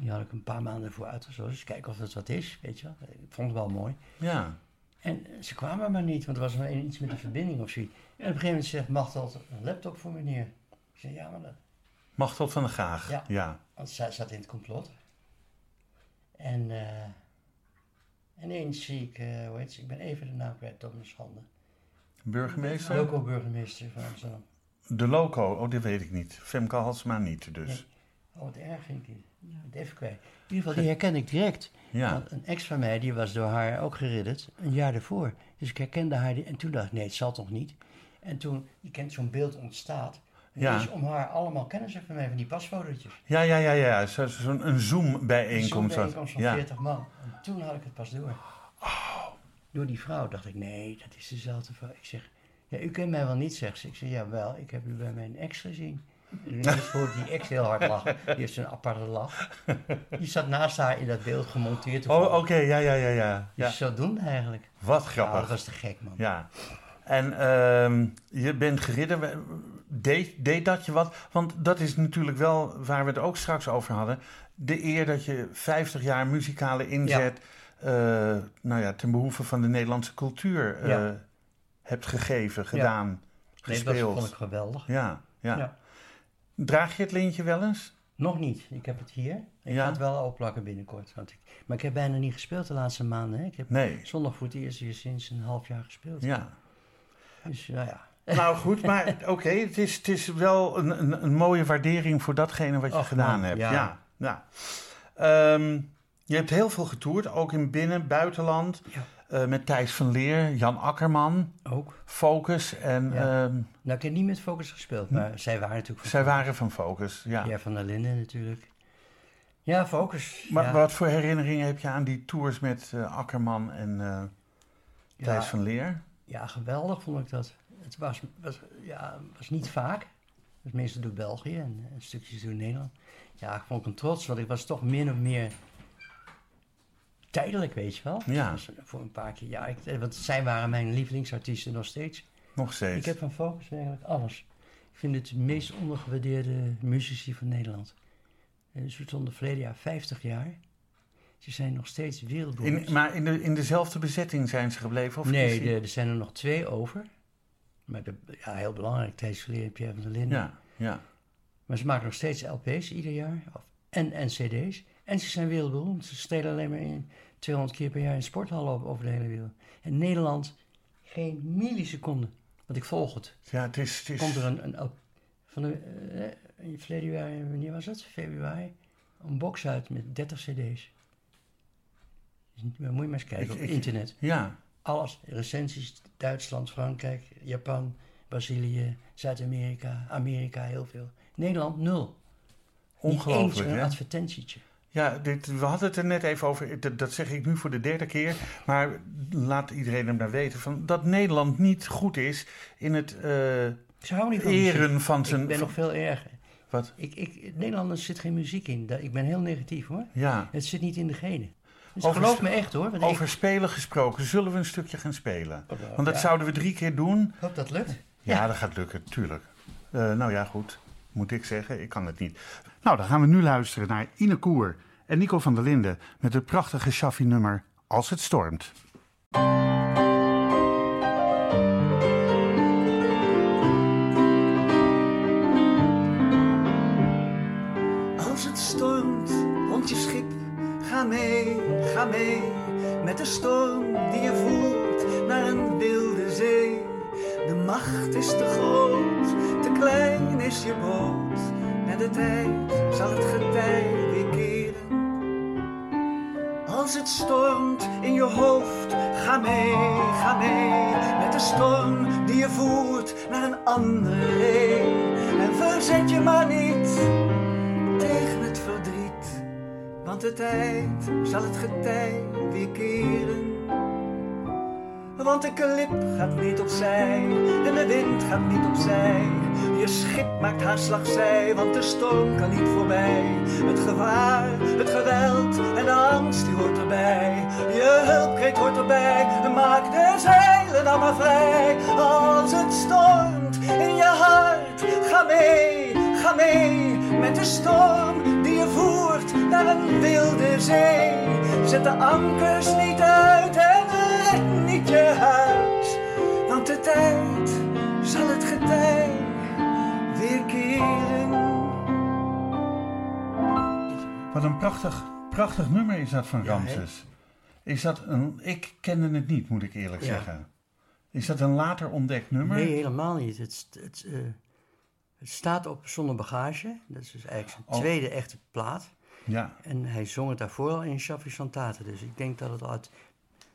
[SPEAKER 3] Die had ik een paar maanden voor uitgezocht. Dus kijken of dat wat is, weet je wel. Ik vond het wel mooi.
[SPEAKER 2] Ja.
[SPEAKER 3] En eh, ze kwamen maar niet, want er was nog een- iets met de verbinding of zoiets. En op een gegeven moment zegt Machteld, een laptop voor meneer. Ik zei, ja, maar dat...
[SPEAKER 2] Machtel van der Graag.
[SPEAKER 3] Ja.
[SPEAKER 2] ja.
[SPEAKER 3] Want zij zat in het complot. En, eh, en nee, Eens zie ik, eh, hoe heet ze? Ik ben even de naam kwijt, dat is schande.
[SPEAKER 2] Burgemeester?
[SPEAKER 3] Loco burgemeester van Amsterdam.
[SPEAKER 2] De loco, oh, dat weet ik niet. Femke Halsma niet, dus.
[SPEAKER 3] Oh, wat erg vind ik dit. Ik ben het even kwijt. In ieder geval, die herken ik direct.
[SPEAKER 2] Ja,
[SPEAKER 3] Want een ex van mij, die was door haar ook geridderd, een jaar daarvoor. Dus ik herkende haar die- en toen dacht ik, nee, het zal toch niet. En toen, je kent zo'n beeld ontstaat.
[SPEAKER 2] Ja.
[SPEAKER 3] Dus om haar allemaal kennen ze van mij, van die pasfotootjes.
[SPEAKER 2] ja, ja, ja. ja. Zo- zo- Zo'n een Zoom-bijeenkomst.
[SPEAKER 3] Zo'n
[SPEAKER 2] was-
[SPEAKER 3] bijeenkomst van
[SPEAKER 2] Ja.
[SPEAKER 3] 40 man. En toen had ik het pas door. Door die vrouw dacht ik, nee, dat is dezelfde vrouw. Ik zeg, ja, u kent mij wel niet, zegt ze. Ik zeg, jawel, ik heb u bij mijn ex gezien. En ineens hoort die ex heel hard lachen. Die heeft zo'n aparte lach. Die zat naast haar in dat beeld gemonteerd.
[SPEAKER 2] Oh, oké, ja, ja, ja, ja.
[SPEAKER 3] Dus
[SPEAKER 2] ja.
[SPEAKER 3] zo doen eigenlijk.
[SPEAKER 2] Wat
[SPEAKER 3] Ja, dat
[SPEAKER 2] grappig.
[SPEAKER 3] was te gek, man.
[SPEAKER 2] Ja. En ehm, je bent geridder. Deed, deed dat je wat? Want dat is natuurlijk wel waar we het ook straks over hadden. De eer dat je 50 jaar muzikale inzet. eh, nou ja, ten behoeve van de Nederlandse cultuur. eh,
[SPEAKER 3] Ja.
[SPEAKER 2] hebt gegeven, gedaan,
[SPEAKER 3] Nee, dat
[SPEAKER 2] gespeeld.
[SPEAKER 3] vond ik geweldig.
[SPEAKER 2] ja, ja,
[SPEAKER 3] Ja.
[SPEAKER 2] Draag je het lintje wel eens?
[SPEAKER 3] Nog niet. Ik heb het hier. Ik
[SPEAKER 2] Ja.
[SPEAKER 3] ga het wel opplakken binnenkort. Want ik, maar ik heb bijna niet gespeeld de laatste maanden. Hè. Ik heb
[SPEAKER 2] Nee.
[SPEAKER 3] zondag voor het eerst hier sinds een half jaar gespeeld.
[SPEAKER 2] Ja.
[SPEAKER 3] Dus nou ja.
[SPEAKER 2] Nou goed, maar oké, het, is, het is wel een, een, een mooie waardering voor datgene wat je
[SPEAKER 3] Och,
[SPEAKER 2] gedaan
[SPEAKER 3] man,
[SPEAKER 2] hebt. Ja.
[SPEAKER 3] ja.
[SPEAKER 2] Ja, nou. Ehm, je hebt heel veel getoerd, ook in binnen- buitenland.
[SPEAKER 3] Ja.
[SPEAKER 2] eh, met Thijs van Leer, Jan Akkerman,
[SPEAKER 3] Ook.
[SPEAKER 2] Focus. En
[SPEAKER 3] Ja.
[SPEAKER 2] ehm,
[SPEAKER 3] Nou, ik heb niet met Focus gespeeld, maar zij waren natuurlijk van
[SPEAKER 2] Hm? zij waren van Focus. Ja.
[SPEAKER 3] Ja, van der Linden natuurlijk. Ja, Focus.
[SPEAKER 2] Maar
[SPEAKER 3] ja.
[SPEAKER 2] wat voor herinneringen heb je aan die tours met eh, Akkerman en eh, Thijs
[SPEAKER 3] ja,
[SPEAKER 2] van Leer?
[SPEAKER 3] ja, geweldig vond ik dat. Het was, was, ja, was niet vaak. Dus meestal door België en, en stukjes door Nederland. Ja, ik vond hem trots, want ik was toch min of meer tijdelijk, weet je wel.
[SPEAKER 2] Ja.
[SPEAKER 3] Dus voor een paar keer. Ja, ik, eh, want zij waren mijn lievelingsartiesten nog steeds.
[SPEAKER 2] Nog steeds.
[SPEAKER 3] Ik heb van Focus eigenlijk alles. Ik vind het de meest ondergewaardeerde muzici van Nederland. Eh, Ze stonden verleden jaar 50 jaar. Ze zijn nog steeds wereldberoemd.
[SPEAKER 2] in, maar in, de, in dezelfde bezetting zijn ze gebleven? Of is
[SPEAKER 3] nee,
[SPEAKER 2] die-
[SPEAKER 3] de- er zijn er nog twee over. Maar de- ja, heel belangrijk, Thijs Verleer en Pierre van der Linden.
[SPEAKER 2] Ja, ja.
[SPEAKER 3] Maar ze maken nog steeds LP's ieder jaar. Of, en, en CD's. En ze zijn wereldberoemd. Ze stelen alleen maar in 200 keer per jaar in sporthallen op- over de hele wereld. En Nederland geen milliseconde. Want ik volg het.
[SPEAKER 2] ja het is... Het is
[SPEAKER 3] komt er een, een op- van de, eh, in verleden jaar, eh, wanneer was dat? Februari, een box uit met 30 cd's. Dus niet- maar Moet je maar eens kijken
[SPEAKER 2] Ik-
[SPEAKER 3] op
[SPEAKER 2] ik-
[SPEAKER 3] internet.
[SPEAKER 2] ja,
[SPEAKER 3] Alles, recensies, Duitsland, Frankrijk, Japan, Brazilië, Zuid-Amerika, Amerika, heel veel. Nederland, nul. Niet
[SPEAKER 2] ongelooflijk.
[SPEAKER 3] eens een
[SPEAKER 2] hè?
[SPEAKER 3] advertentietje.
[SPEAKER 2] Ja, dit, we hadden het er net even over. Dat, dat zeg ik nu voor de derde keer. Maar laat iedereen hem dan weten van, dat Nederland niet goed is in het eh,
[SPEAKER 3] Ze houden niet van muziek.
[SPEAKER 2] eren van zijn.
[SPEAKER 3] Ik ben nog veel erger.
[SPEAKER 2] Wat?
[SPEAKER 3] Ik, ik, Nederlanders zit geen muziek in. Da- Ik ben heel negatief hoor.
[SPEAKER 2] Ja.
[SPEAKER 3] Het zit niet in de genen. Dus
[SPEAKER 2] Over-
[SPEAKER 3] geloof me echt hoor. Want ik-
[SPEAKER 2] Over spelen gesproken, zullen we een stukje gaan spelen?
[SPEAKER 3] Oh, nou,
[SPEAKER 2] Want dat
[SPEAKER 3] ja.
[SPEAKER 2] zouden we drie keer doen.
[SPEAKER 3] Ik hoop dat lukt.
[SPEAKER 2] Ja, dat gaat lukken, tuurlijk. Eh, nou ja, goed. Moet ik zeggen, ik kan het niet. Nou, dan gaan we nu luisteren naar Ine Koer en Nico van der Linden met het prachtige Shaffi-nummer Als het stormt.
[SPEAKER 5] Als het stormt rond je schip, ga mee, ga mee met de storm die je voelt naar een wilde zee. De macht is te groot, te klein is je boot. Met de tijd zal het getij weer keren. Als het stormt in je hoofd, ga mee, ga mee met de storm die je voert naar een andere ree. En verzet je maar niet tegen het verdriet, want de tijd zal het getij weer keren. Want de klip gaat niet opzij en de wind gaat niet opzij. Je schip maakt haar slagzij, want de storm kan niet voorbij. Het gevaar, het geweld en de angst, die hoort erbij. Je hulpkreet hoort erbij, maak de zeilen dan maar vrij. Als het stormt in je hart, ga mee, ga mee. Met de storm die je voert naar een wilde zee. Zet de ankers niet uit en red niet je huid. Want de tijd zal het getij weer keren.
[SPEAKER 2] Wat een prachtig, prachtig nummer is dat van
[SPEAKER 3] Ja, hè?
[SPEAKER 2] Ramses. Is dat een... Ik kende het niet, moet ik eerlijk
[SPEAKER 3] Ja.
[SPEAKER 2] zeggen. Is dat een later ontdekt nummer?
[SPEAKER 3] Nee, helemaal niet. Het, st- het, eh, het staat op Zonder Bagage. Dat is dus eigenlijk zijn
[SPEAKER 2] Oh.
[SPEAKER 3] tweede echte plaat.
[SPEAKER 2] Ja.
[SPEAKER 3] En hij zong het daarvoor al in Chaffee Chantate. Dus ik denk dat het uit,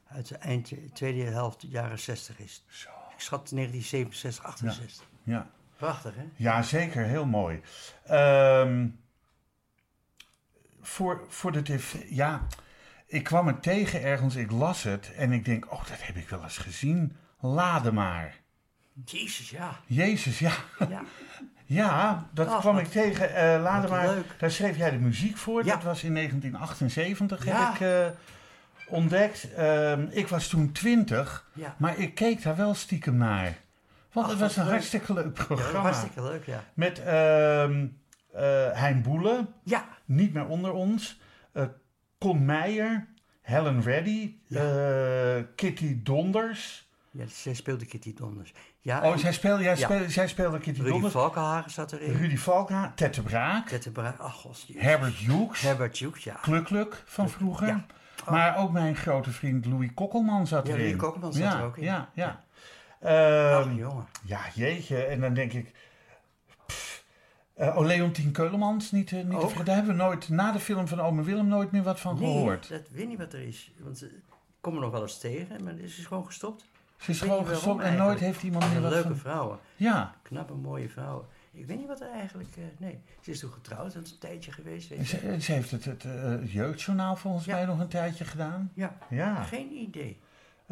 [SPEAKER 3] uit de eind, tweede helft jaren 60 is.
[SPEAKER 2] Zo.
[SPEAKER 3] Ik schat 1967, 68.
[SPEAKER 2] Ja.
[SPEAKER 3] Prachtig, hè?
[SPEAKER 2] Ja, zeker. Heel mooi. Ehm, voor, voor de tv... Ja, ik kwam het tegen ergens. Ik las het. En ik denk, oh, dat heb ik wel eens gezien. Lade maar.
[SPEAKER 3] Jezus, ja.
[SPEAKER 2] Jezus, ja.
[SPEAKER 3] ja.
[SPEAKER 2] Ja, dat
[SPEAKER 3] Ach,
[SPEAKER 2] kwam
[SPEAKER 3] wat-
[SPEAKER 2] ik tegen. eh Lade
[SPEAKER 3] wat
[SPEAKER 2] maar.
[SPEAKER 3] leuk.
[SPEAKER 2] Daar schreef jij de muziek voor.
[SPEAKER 3] Ja.
[SPEAKER 2] Dat was in 1978,
[SPEAKER 3] Ja.
[SPEAKER 2] heb ik eh, ontdekt. Ehm, ik was toen 20,
[SPEAKER 3] ja.
[SPEAKER 2] maar ik keek daar wel stiekem naar. Want
[SPEAKER 3] Ach,
[SPEAKER 2] het
[SPEAKER 3] wat
[SPEAKER 2] was een
[SPEAKER 3] leuk.
[SPEAKER 2] hartstikke leuk programma.
[SPEAKER 3] Hartstikke leuk, ja.
[SPEAKER 2] Met ehm eh, Hein Boele,
[SPEAKER 3] Ja,
[SPEAKER 2] niet meer onder ons. eh Con Meijer, Helen Reddy,
[SPEAKER 3] Ja.
[SPEAKER 2] eh, Kitty Donders.
[SPEAKER 3] ja zij speelde Kitty Donders. Ja,
[SPEAKER 2] Oh,
[SPEAKER 3] en
[SPEAKER 2] zij speelde, jij
[SPEAKER 3] Ja.
[SPEAKER 2] speelde, zij speelde Kitty
[SPEAKER 3] Rudy
[SPEAKER 2] Donders.
[SPEAKER 3] Valkenhagen zat erin.
[SPEAKER 2] Rudy Valka, Tette Braak,
[SPEAKER 3] Tette Braak. Ach, god. jezus.
[SPEAKER 2] Herbert Hughes,
[SPEAKER 3] Herbert Hughes, ja.
[SPEAKER 2] Klukluk van vroeger.
[SPEAKER 3] Ja. Oh.
[SPEAKER 2] Maar ook mijn grote vriend Louis Kokkelman zat
[SPEAKER 3] Ja,
[SPEAKER 2] erin.
[SPEAKER 3] Louis Kokkelman zat
[SPEAKER 2] ja,
[SPEAKER 3] er ook in.
[SPEAKER 2] Ja, ja. Ehm,
[SPEAKER 3] Ach, jongen.
[SPEAKER 2] ja, jeetje. En dan denk ik... pff, eh, oh, Leontien Keulemans, niet, eh, niet te
[SPEAKER 3] Ook.
[SPEAKER 2] ver- daar hebben we nooit, na de film van Ome Willem, nooit meer wat van gehoord.
[SPEAKER 3] Nee, dat weet niet wat er is. Want ze- ik kom er nog wel eens tegen, maar is ze gewoon gestopt.
[SPEAKER 2] Ze is
[SPEAKER 3] weet
[SPEAKER 2] gewoon
[SPEAKER 3] niet waarom
[SPEAKER 2] gestopt en
[SPEAKER 3] eigenlijk.
[SPEAKER 2] nooit heeft iemand meer
[SPEAKER 3] Een
[SPEAKER 2] Oh, wat
[SPEAKER 3] leuke
[SPEAKER 2] van...
[SPEAKER 3] vrouwen,
[SPEAKER 2] Ja,
[SPEAKER 3] knappe, mooie vrouwen. Ik weet niet wat er eigenlijk... eh, nee, ze is toen getrouwd, dat is een tijdje geweest. Weet je.
[SPEAKER 2] ze, ze heeft het, het eh, jeugdjournaal volgens
[SPEAKER 3] Ja.
[SPEAKER 2] mij nog een tijdje gedaan.
[SPEAKER 3] Ja,
[SPEAKER 2] Ja.
[SPEAKER 3] geen idee.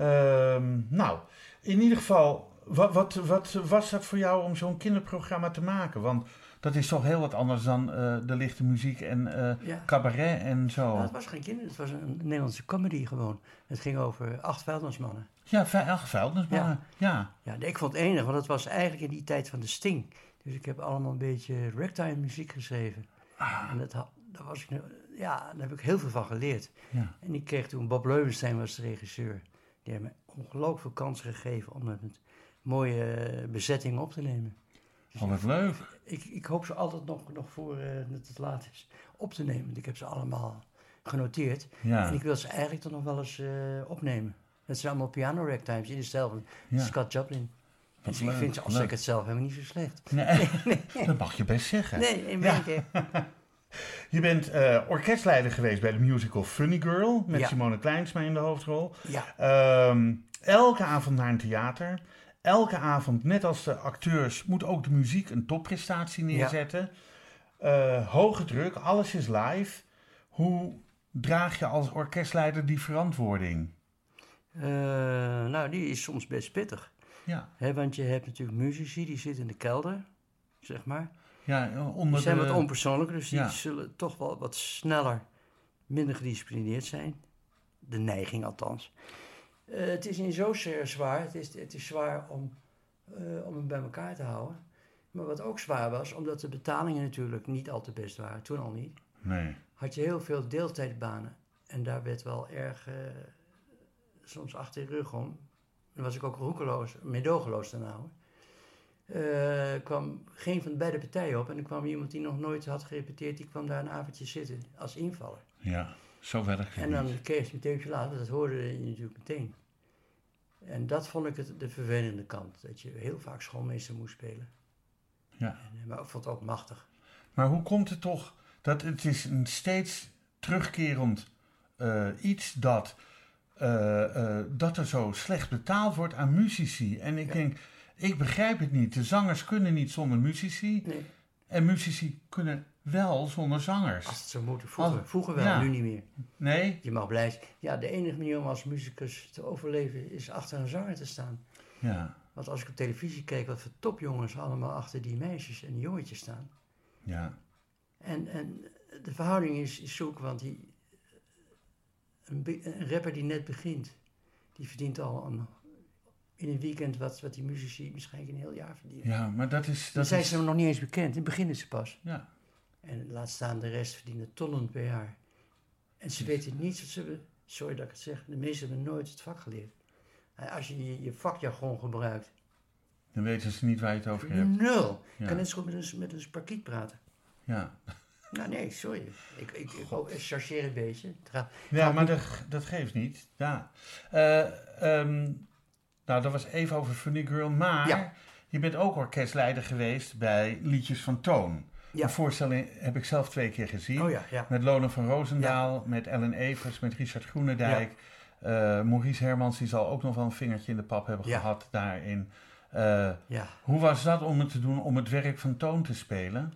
[SPEAKER 2] Ehm, nou, in ieder geval, wat, wat, wat was dat voor jou om zo'n kinderprogramma te maken? Want dat is toch heel wat anders dan eh, de lichte muziek en eh,
[SPEAKER 3] Ja.
[SPEAKER 2] cabaret en zo.
[SPEAKER 3] Nou, het was geen kinder, het was een Nederlandse comedy gewoon. Het ging over acht vuilnismannen.
[SPEAKER 2] Ja, vij- ach, vuilnismannen. Ja.
[SPEAKER 3] Ja, nee, ik vond het enig, want het was eigenlijk in die tijd van de Sting. Dus ik heb allemaal een beetje ragtime muziek geschreven.
[SPEAKER 2] Ah.
[SPEAKER 3] En dat, ha- daar, was ik, nu- ja, daar heb ik heel veel van geleerd.
[SPEAKER 2] Ja.
[SPEAKER 3] En ik kreeg toen, Bob Leuwenstein was de regisseur. Die heeft me ongelooflijk veel kansen gegeven om met een mooie eh, bezetting op te nemen.
[SPEAKER 2] ja. Oh, wat leuk.
[SPEAKER 3] Ik, ik hoop ze altijd nog, nog voor eh, dat het laat is op te nemen. Want ik heb ze allemaal genoteerd.
[SPEAKER 2] Ja.
[SPEAKER 3] En ik wil ze eigenlijk toch nog wel eens eh, opnemen. Dat zijn allemaal piano ragtimes in de stijl van
[SPEAKER 2] Ja.
[SPEAKER 3] Scott Joplin. Dus ik
[SPEAKER 2] leuk,
[SPEAKER 3] vind ze als
[SPEAKER 2] leuk.
[SPEAKER 3] ik het zelf helemaal niet zo slecht.
[SPEAKER 2] Nee, dat mag je best zeggen.
[SPEAKER 3] Nee, in
[SPEAKER 2] Ja.
[SPEAKER 3] mijn keer.
[SPEAKER 2] Je bent eh, orkestleider geweest bij de musical Funny Girl met
[SPEAKER 3] Ja.
[SPEAKER 2] Simone Kleinsma in de hoofdrol.
[SPEAKER 3] Ja.
[SPEAKER 2] Ehm, elke avond naar een theater. Elke avond, net als de acteurs, moet ook de muziek een topprestatie neerzetten. Eh, hoge druk, alles is live. Hoe draag je als orkestleider die verantwoording?
[SPEAKER 3] Eh, nou, die is soms best pittig.
[SPEAKER 2] Ja,
[SPEAKER 3] Hè, want je hebt natuurlijk muzici, die zitten in de kelder, zeg maar.
[SPEAKER 2] ja
[SPEAKER 3] Die
[SPEAKER 2] onder
[SPEAKER 3] zijn
[SPEAKER 2] de...
[SPEAKER 3] wat onpersoonlijk, dus die
[SPEAKER 2] eh, ja.
[SPEAKER 3] zullen toch wel wat sneller minder gedisciplineerd zijn. De neiging althans. Eh, het is in zoverre zwaar. Het is, het is zwaar om, eh, om hem bij elkaar te houden. Maar wat ook zwaar was, omdat de betalingen natuurlijk niet al te best waren, toen al niet,
[SPEAKER 2] Nee.
[SPEAKER 3] had je heel veel deeltijdbanen. En daar werd wel erg eh, soms achter je rug om. Dan was ik ook roekeloos, medogeloos daarna hoor. Eh, kwam geen van beide partijen op en er kwam iemand die nog nooit had gerepeteerd, die kwam daar een avondje zitten als invaller.
[SPEAKER 2] Ja, zo werkt het
[SPEAKER 3] En
[SPEAKER 2] niet.
[SPEAKER 3] dan kreeg je meteen je later, dat hoorde je natuurlijk meteen. En dat vond ik het, de vervelende kant, dat je heel vaak schoolmeester moest spelen.
[SPEAKER 2] Ja.
[SPEAKER 3] En, eh, maar ik vond het ook machtig.
[SPEAKER 2] Maar hoe komt het toch dat het is een steeds terugkerend eh, iets dat, eh, eh, dat er zo slecht betaald wordt aan muzici? En ik denk, ik begrijp het niet. De zangers kunnen niet zonder muzici.
[SPEAKER 3] Nee,
[SPEAKER 2] En muzici kunnen wel zonder
[SPEAKER 3] als
[SPEAKER 2] zangers.
[SPEAKER 3] het zo moet, vroeger,
[SPEAKER 2] Als-
[SPEAKER 3] vroeger wel,
[SPEAKER 2] Oh, ja.
[SPEAKER 3] nu niet meer.
[SPEAKER 2] Nee?
[SPEAKER 3] Je mag blij zijn. Ja, de enige manier om als muzikus te overleven is achter een zanger te staan.
[SPEAKER 2] Ja,
[SPEAKER 3] Want als ik op televisie keek, wat voor topjongens allemaal achter die meisjes en die jongetjes staan.
[SPEAKER 2] ja.
[SPEAKER 3] En, en de verhouding is, is zoek, want die, een, be- een rapper die net begint, die verdient al een, in een weekend wat, wat die muzici waarschijnlijk een heel jaar verdienen.
[SPEAKER 2] Ja, maar dat is...
[SPEAKER 3] Dan
[SPEAKER 2] Dat
[SPEAKER 3] zijn
[SPEAKER 2] is
[SPEAKER 3] ze nog niet eens bekend, dan beginnen ze pas.
[SPEAKER 2] ja.
[SPEAKER 3] En laat staan, de rest verdienen tonnen per jaar. En
[SPEAKER 2] Hm.
[SPEAKER 3] ze weten niets wat ze hebben. Sorry dat ik het zeg, de meesten hebben nooit het vak geleerd. En Als je je, je vakjargon gebruikt,
[SPEAKER 2] Dan
[SPEAKER 3] Mm.
[SPEAKER 2] weten ze niet waar je het over hebt.
[SPEAKER 3] nul.
[SPEAKER 2] Ja.
[SPEAKER 3] Kan net zo goed met een, met een parkiet praten.
[SPEAKER 2] Ja.
[SPEAKER 3] Nou nee, sorry. Ik, ik, ik oh, ik chargeer een beetje. Het gaat-
[SPEAKER 2] Ja, maar dat, dat geeft niet. Ja. Eh, ehm, nou, dat was even over Funny Girl. Maar
[SPEAKER 3] Ja.
[SPEAKER 2] je bent ook orkestleider geweest bij Liedjes van Toon.
[SPEAKER 3] Ja.
[SPEAKER 2] Een voorstelling heb ik zelf twee keer gezien.
[SPEAKER 3] Oh ja, ja.
[SPEAKER 2] Met Lona van Roosendaal, met Ellen Evers, met Richard Groenendijk. Eh, Maurice Hermans, die zal ook nog wel een vingertje in de pap hebben
[SPEAKER 3] Ja.
[SPEAKER 2] gehad daarin. Eh,
[SPEAKER 3] Ja.
[SPEAKER 2] hoe was dat om het te doen, om het werk van Toon te spelen?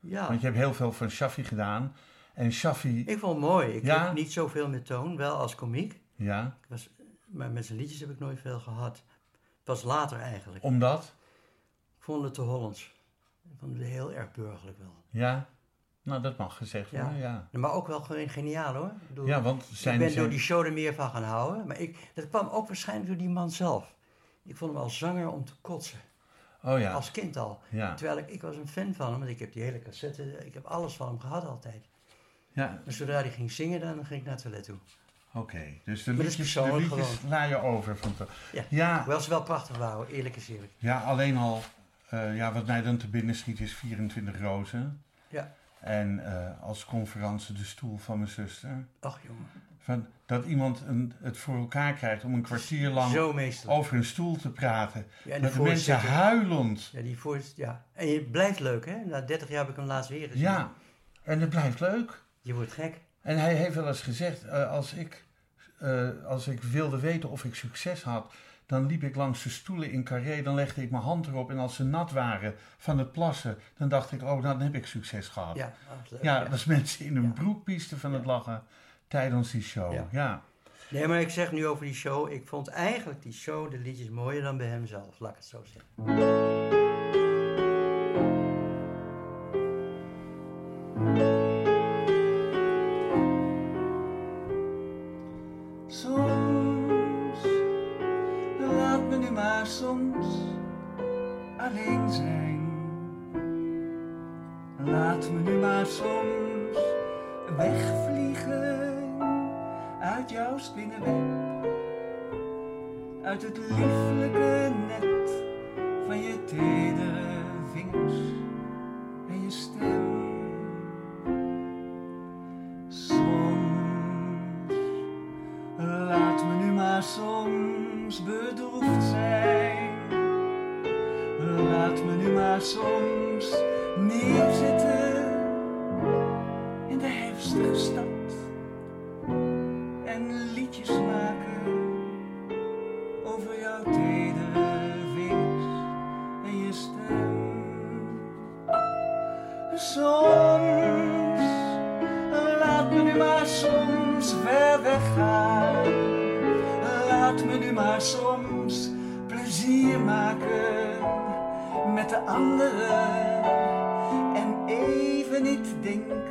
[SPEAKER 3] ja.
[SPEAKER 2] Want je hebt heel veel van Shaffi gedaan. En Shaffi,
[SPEAKER 3] Ik vond het mooi. Ik
[SPEAKER 2] Ja?
[SPEAKER 3] heb niet zoveel met toon, wel als komiek.
[SPEAKER 2] ja,
[SPEAKER 3] Ik was, maar met zijn liedjes heb ik nooit veel gehad. Pas later eigenlijk.
[SPEAKER 2] omdat...
[SPEAKER 3] Ik vond het te Hollands. Ik vond het heel erg burgerlijk wel.
[SPEAKER 2] Ja, nou dat mag gezegd
[SPEAKER 3] Ja.
[SPEAKER 2] worden, ja.
[SPEAKER 3] Maar ook wel gewoon geniaal hoor. Ik bedoel,
[SPEAKER 2] Ja, want zijn...
[SPEAKER 3] ik ben
[SPEAKER 2] zijn-
[SPEAKER 3] door die show er meer van gaan houden. Maar ik, dat kwam ook waarschijnlijk door die man zelf. Ik vond hem als zanger om te kotsen.
[SPEAKER 2] Oh ja,
[SPEAKER 3] Als kind al.
[SPEAKER 2] ja.
[SPEAKER 3] Terwijl ik, ik was een fan van hem, want ik heb die hele cassette, ik heb alles van hem gehad altijd.
[SPEAKER 2] ja
[SPEAKER 3] Maar zodra hij ging zingen, dan ging ik naar het toilet toe.
[SPEAKER 2] oké. Dus de
[SPEAKER 3] Maar dat is
[SPEAKER 2] liedjes, de
[SPEAKER 3] persoonlijk
[SPEAKER 2] liedjes
[SPEAKER 3] gewoon.
[SPEAKER 2] la je over. Van te-
[SPEAKER 3] Ja.
[SPEAKER 2] ja,
[SPEAKER 3] Hoewel ze wel prachtig waren, eerlijk is eerlijk.
[SPEAKER 2] ja, alleen al... eh, ja, wat mij dan te binnen schiet is 24 rozen.
[SPEAKER 3] Ja.
[SPEAKER 2] En eh, als conferentie de stoel van mijn zuster.
[SPEAKER 3] Ach jongen,
[SPEAKER 2] Van, dat iemand een, het voor elkaar krijgt om een kwartier lang
[SPEAKER 3] zo meestal.
[SPEAKER 2] over een stoel te praten.
[SPEAKER 3] Ja,
[SPEAKER 2] met de
[SPEAKER 3] en die
[SPEAKER 2] mensen
[SPEAKER 3] voorzitter.
[SPEAKER 2] huilend.
[SPEAKER 3] Ja, die voor, ja. En je blijft leuk, hè? Na 30 jaar heb ik hem laatst weer gezien.
[SPEAKER 2] Ja, en het blijft leuk.
[SPEAKER 3] Je wordt gek.
[SPEAKER 2] En hij heeft wel eens gezegd, eh, als, ik, eh, als ik wilde weten of ik succes had, dan liep ik langs de stoelen in Carré, dan legde ik mijn hand erop en als ze nat waren van het plassen, dan dacht ik, oh, dan heb ik succes gehad.
[SPEAKER 3] Ja, ah, leuk,
[SPEAKER 2] Ja,
[SPEAKER 3] ja.
[SPEAKER 2] als mensen in hun
[SPEAKER 3] Ja.
[SPEAKER 2] broek piesten van het lachen tijdens die show. Ja,
[SPEAKER 3] Ja.
[SPEAKER 2] ja.
[SPEAKER 3] Nee, maar ik zeg nu over die show. Ik vond eigenlijk die show, de liedjes, mooier dan bij hem zelf. Laat ik het zo zeggen.
[SPEAKER 5] Soms laat me nu maar soms alleen zijn. Laat me nu maar soms wegvliegen uit jouw spinnenweb, uit het lieflijke net van je tedere vingers en je stem. Soms Laat me nu maar soms bedroefd zijn. Laat me nu maar soms neerzitten in de heftige stad en liedjes maken over jouw tedere vingers en je stem. Soms Laat me nu maar soms ver weggaan. Laat me nu maar soms plezier maken met de anderen. En even niet denken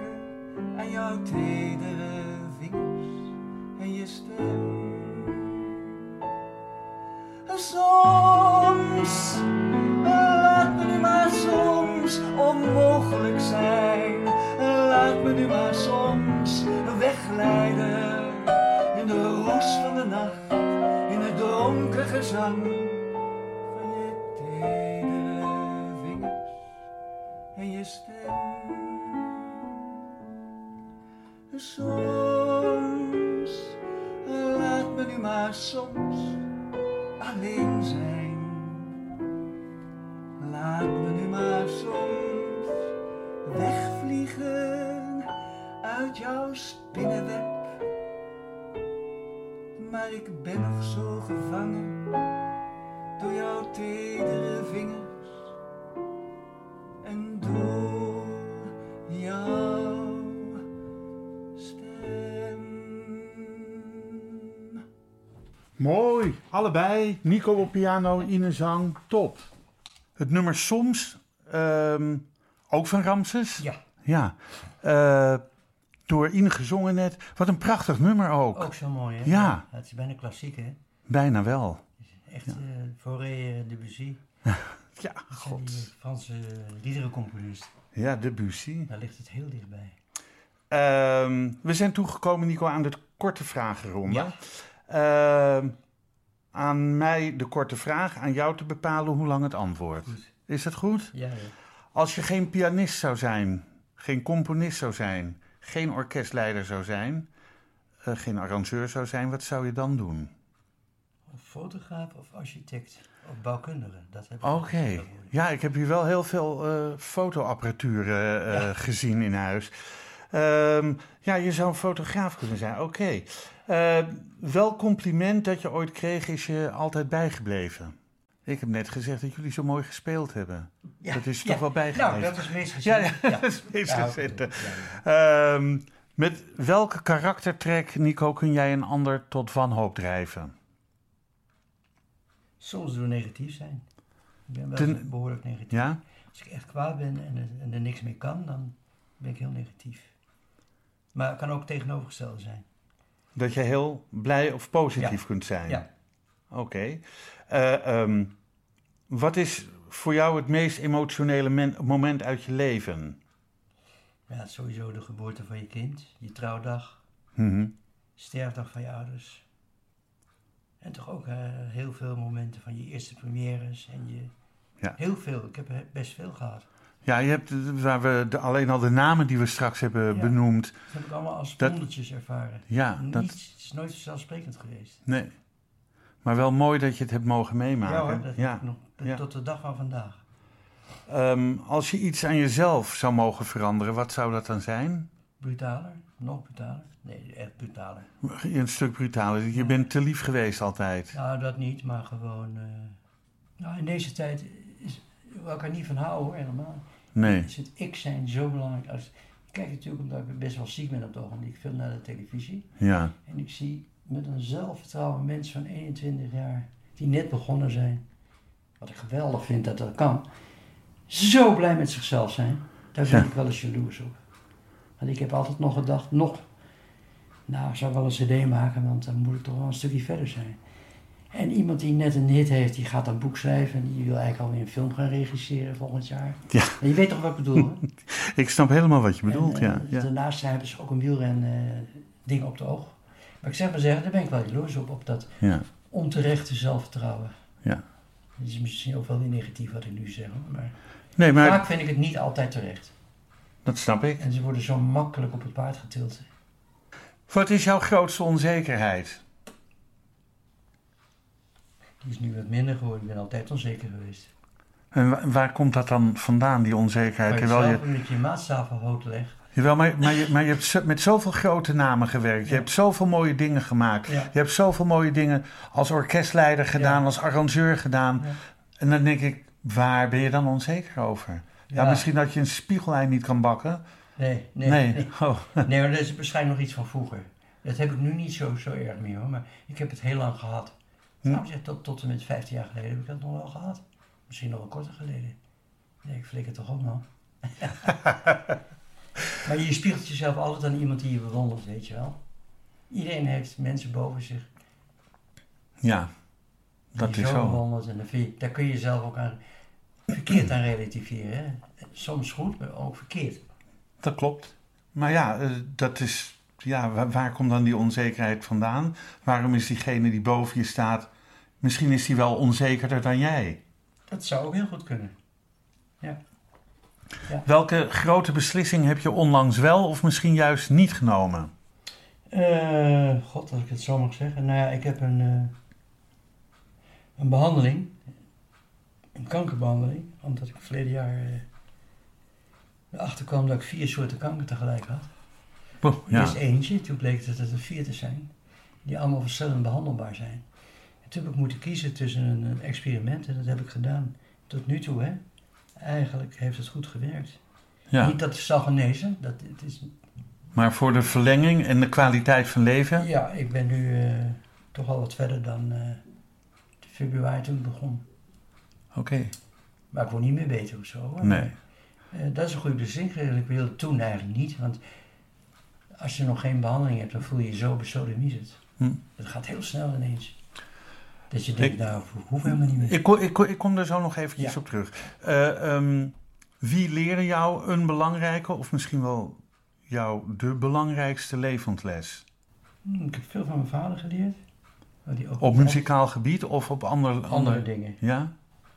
[SPEAKER 5] aan jouw tedere vingers en je stem. Soms Laat me nu maar soms onmogelijk zijn. Laat me nu maar soms wegleiden in de roos van de nacht, in het donkere gezang van je tedere vingers en je stem. Soms laat me nu maar soms alleen zijn. Laat me nu maar soms wegvliegen uit jouw spinnenweb. Maar ik ben nog zo gevangen door jouw tedere vingers en door jouw stem.
[SPEAKER 2] Mooi, allebei. Nico op piano, Ine zang, top. Het nummer Soms, ehm, ook van Ramses.
[SPEAKER 3] Ja,
[SPEAKER 2] Ja, eh, door Ine gezongen net. Wat een prachtig nummer ook.
[SPEAKER 3] ook zo mooi, hè?
[SPEAKER 2] Ja.
[SPEAKER 3] Het is bijna klassiek, hè?
[SPEAKER 2] Bijna wel.
[SPEAKER 3] Echt eh Fauré eh, Debussy.
[SPEAKER 2] Ja,
[SPEAKER 3] God. Die Franse liederencomponist.
[SPEAKER 2] Ja, Debussy.
[SPEAKER 3] Daar ligt het heel dichtbij.
[SPEAKER 2] Ehm we zijn toegekomen, Nico, aan de korte vragenronde.
[SPEAKER 3] Ja.
[SPEAKER 2] Ehm, aan mij de korte vraag, aan jou te bepalen hoe lang het antwoord.
[SPEAKER 3] Goed.
[SPEAKER 2] Is dat goed?
[SPEAKER 3] Ja, ja.
[SPEAKER 2] Als je geen pianist zou zijn, geen componist zou zijn, geen orkestleider zou zijn, eh, geen arrangeur zou zijn, wat zou je dan doen?
[SPEAKER 3] Of fotograaf of architect of bouwkundige. Dat heb ik
[SPEAKER 2] Oké.
[SPEAKER 3] ook heel moeilijk.
[SPEAKER 2] Ja, ik heb hier wel heel veel eh, fotoapparatuur eh, eh, gezien in huis. Ehm, ja, je zou een fotograaf kunnen zijn. Oké. Eh, wel compliment dat je ooit kreeg is je altijd bijgebleven. Ik heb net gezegd dat jullie zo mooi gespeeld hebben.
[SPEAKER 3] Ja,
[SPEAKER 2] Dat is je
[SPEAKER 3] ja.
[SPEAKER 2] toch wel bijgebleven?
[SPEAKER 3] Nou, dat is meest
[SPEAKER 2] Ja,
[SPEAKER 3] gezien.
[SPEAKER 2] ja, dat is meest
[SPEAKER 3] Ja,
[SPEAKER 2] gezien.
[SPEAKER 3] ja, ja.
[SPEAKER 2] Ehm, met welke karaktertrek, Nico, kun jij een ander tot wanhoop drijven?
[SPEAKER 3] Soms door negatief zijn. Ik ben wel
[SPEAKER 2] Ten-
[SPEAKER 3] behoorlijk negatief.
[SPEAKER 2] Ja?
[SPEAKER 3] Als ik echt kwaad ben en er, en er niks mee kan, dan ben ik heel negatief. Maar het kan ook tegenovergestelde zijn.
[SPEAKER 2] Dat je heel blij of positief kunt zijn.
[SPEAKER 3] Ja.
[SPEAKER 2] Oké. Eh, ehm, wat is voor jou het meest emotionele men- moment uit je leven?
[SPEAKER 3] ja, het is sowieso de geboorte van je kind, je trouwdag,
[SPEAKER 2] Mhm.
[SPEAKER 3] sterfdag van je ouders. En toch ook eh, heel veel momenten van je eerste premières en je...
[SPEAKER 2] Ja.
[SPEAKER 3] Heel veel. Ik heb er best veel gehad.
[SPEAKER 2] Ja, je hebt eh, waar we de, alleen al de namen die we straks hebben
[SPEAKER 3] Ja.
[SPEAKER 2] benoemd.
[SPEAKER 3] Dat heb ik allemaal als
[SPEAKER 2] Dat-
[SPEAKER 3] wondertjes ervaren.
[SPEAKER 2] Ja, dat-
[SPEAKER 3] Niets, het is nooit vanzelfsprekend geweest.
[SPEAKER 2] Nee. Maar wel mooi dat je het hebt mogen meemaken.
[SPEAKER 3] Ja hoor, dat heb ik nog tot-
[SPEAKER 2] ja.
[SPEAKER 3] tot de dag van vandaag.
[SPEAKER 2] Ehm, als je iets aan jezelf zou mogen veranderen, wat zou dat dan zijn?
[SPEAKER 3] Brutaler? Nog brutaler? Nee, echt brutaler.
[SPEAKER 2] Een stuk brutaler. Je bent te lief geweest altijd.
[SPEAKER 3] Nou, dat niet, maar gewoon... eh, Nou, in deze tijd is we elkaar niet van houden, hoor, helemaal.
[SPEAKER 2] Nee.
[SPEAKER 3] Is het ik zijn zo belangrijk. Als... Ik kijk natuurlijk omdat ik best wel ziek ben op het ogenblik. Ik veel naar de televisie.
[SPEAKER 2] Ja.
[SPEAKER 3] En ik zie met een zelfvertrouwen mensen van 21 jaar... die net begonnen zijn. Wat ik geweldig vind dat dat kan. Zo blij met zichzelf zijn. Daar ben
[SPEAKER 2] Ja.
[SPEAKER 3] ik wel eens jaloers op. Want ik heb altijd nog gedacht, nog... Nou, ik zou wel een cd maken, want dan moet ik toch wel een stukje verder zijn. En iemand die net een hit heeft, die gaat een boek schrijven... en die wil eigenlijk alweer een film gaan regisseren volgend jaar.
[SPEAKER 2] Ja.
[SPEAKER 3] En je weet toch wat ik bedoel, hè?
[SPEAKER 2] Ik snap helemaal wat je bedoelt.
[SPEAKER 3] En,
[SPEAKER 2] ja.
[SPEAKER 3] eh,
[SPEAKER 2] ja.
[SPEAKER 3] Daarnaast hebben ze ook een wielren eh, ding op het oog. Maar ik zeg maar zeggen, daar ben ik wel jaloers op, op dat
[SPEAKER 2] ja.
[SPEAKER 3] onterechte zelfvertrouwen.
[SPEAKER 2] Ja.
[SPEAKER 3] Het is misschien ook wel weer negatief wat ik nu zeg, hoor, maar,
[SPEAKER 2] Nee,
[SPEAKER 3] vaak
[SPEAKER 2] maar
[SPEAKER 3] vind ik het niet altijd terecht.
[SPEAKER 2] dat snap ik.
[SPEAKER 3] En ze worden zo makkelijk op het paard getild.
[SPEAKER 2] Wat is jouw grootste onzekerheid?
[SPEAKER 3] Die is nu wat minder geworden, ik ben altijd onzeker geweest.
[SPEAKER 2] En wa- waar komt dat dan vandaan, die onzekerheid?
[SPEAKER 3] Maar
[SPEAKER 2] Terwijl
[SPEAKER 3] zelf,
[SPEAKER 2] je,
[SPEAKER 3] omdat je je maatstaven hoog legt.
[SPEAKER 2] jawel, maar, maar, je, maar je hebt zo- met zoveel grote namen gewerkt. Je hebt zoveel mooie dingen gemaakt.
[SPEAKER 3] Ja.
[SPEAKER 2] Je hebt zoveel mooie dingen als orkestleider gedaan, als arrangeur gedaan.
[SPEAKER 3] Ja.
[SPEAKER 2] En dan denk ik, waar ben je dan onzeker over? Ja,
[SPEAKER 3] Ja.
[SPEAKER 2] misschien dat je een spiegelei niet kan bakken.
[SPEAKER 3] Nee, nee,
[SPEAKER 2] Nee.
[SPEAKER 3] nee. nee.
[SPEAKER 2] Oh.
[SPEAKER 3] maar dat is waarschijnlijk nog iets van vroeger. Dat heb ik nu niet zo, zo erg meer hoor, maar ik heb het heel lang gehad.
[SPEAKER 2] Hm?
[SPEAKER 3] Nou, zeg, tot, tot en met 15 jaar geleden heb ik dat nog wel gehad. Misschien nog wel korter geleden. Nee, ik flikker toch op man. maar je spiegelt jezelf altijd aan iemand die je bewondert, weet je wel. Iedereen heeft mensen boven zich
[SPEAKER 2] Ja, dat
[SPEAKER 3] die
[SPEAKER 2] is
[SPEAKER 3] zo
[SPEAKER 2] zo.
[SPEAKER 3] bewondert. En dan vind je- daar kun je zelf ook aan verkeerd aan relativeren. Hè? Soms goed, maar ook verkeerd.
[SPEAKER 2] Dat klopt. Maar ja, eh, dat is. Ja, wa- waar komt dan die onzekerheid vandaan? Waarom is diegene die boven je staat. Misschien is die wel onzekerder dan jij.
[SPEAKER 3] Dat zou ook heel goed kunnen.
[SPEAKER 2] Welke grote beslissing heb je onlangs wel of misschien juist niet genomen?
[SPEAKER 3] Eh, God, als ik het zo mag zeggen. Nou ja, ik heb een, eh, een behandeling. Een kankerbehandeling. Omdat ik verleden jaar eh, erachter kwam dat ik vier soorten kanker tegelijk had.
[SPEAKER 2] Poeh, ja.
[SPEAKER 3] Eerst eentje, toen bleek dat het er vier te zijn. Die allemaal verschillend behandelbaar zijn. En toen heb ik moeten kiezen tussen een, een experiment en dat heb ik gedaan. Tot nu toe, hè. Eigenlijk heeft het goed gewerkt.
[SPEAKER 2] ja.
[SPEAKER 3] Niet dat het zal genezen. Dat, het is
[SPEAKER 2] Maar voor de verlenging en de kwaliteit van leven.
[SPEAKER 3] Ja, ik ben nu eh, toch al wat verder dan eh, de februari toen ik begon.
[SPEAKER 2] Oké.
[SPEAKER 3] Maar ik word niet meer beter of zo. hoor.
[SPEAKER 2] Nee.
[SPEAKER 3] Eh, dat is een goede beslissing. Ik wilde toen eigenlijk niet, want als je nog geen behandeling hebt, dan voel je je zo besodemieterd.
[SPEAKER 2] Hm.
[SPEAKER 3] Het gaat heel snel ineens. Dat je denkt,
[SPEAKER 2] Ik-
[SPEAKER 3] nou, ik hoef helemaal niet meer.
[SPEAKER 2] Ik, ko- ik, ko- ik kom er zo nog eventjes
[SPEAKER 3] Ja.
[SPEAKER 2] op terug. Eh, ehm, wie leerde jou een belangrijke of misschien wel jouw de belangrijkste levensles?
[SPEAKER 3] Hm, ik heb veel van mijn vader geleerd. Wat hij ook
[SPEAKER 2] Op muzikaal gebied of op ander, ander,
[SPEAKER 3] Andere dingen.
[SPEAKER 2] Ja?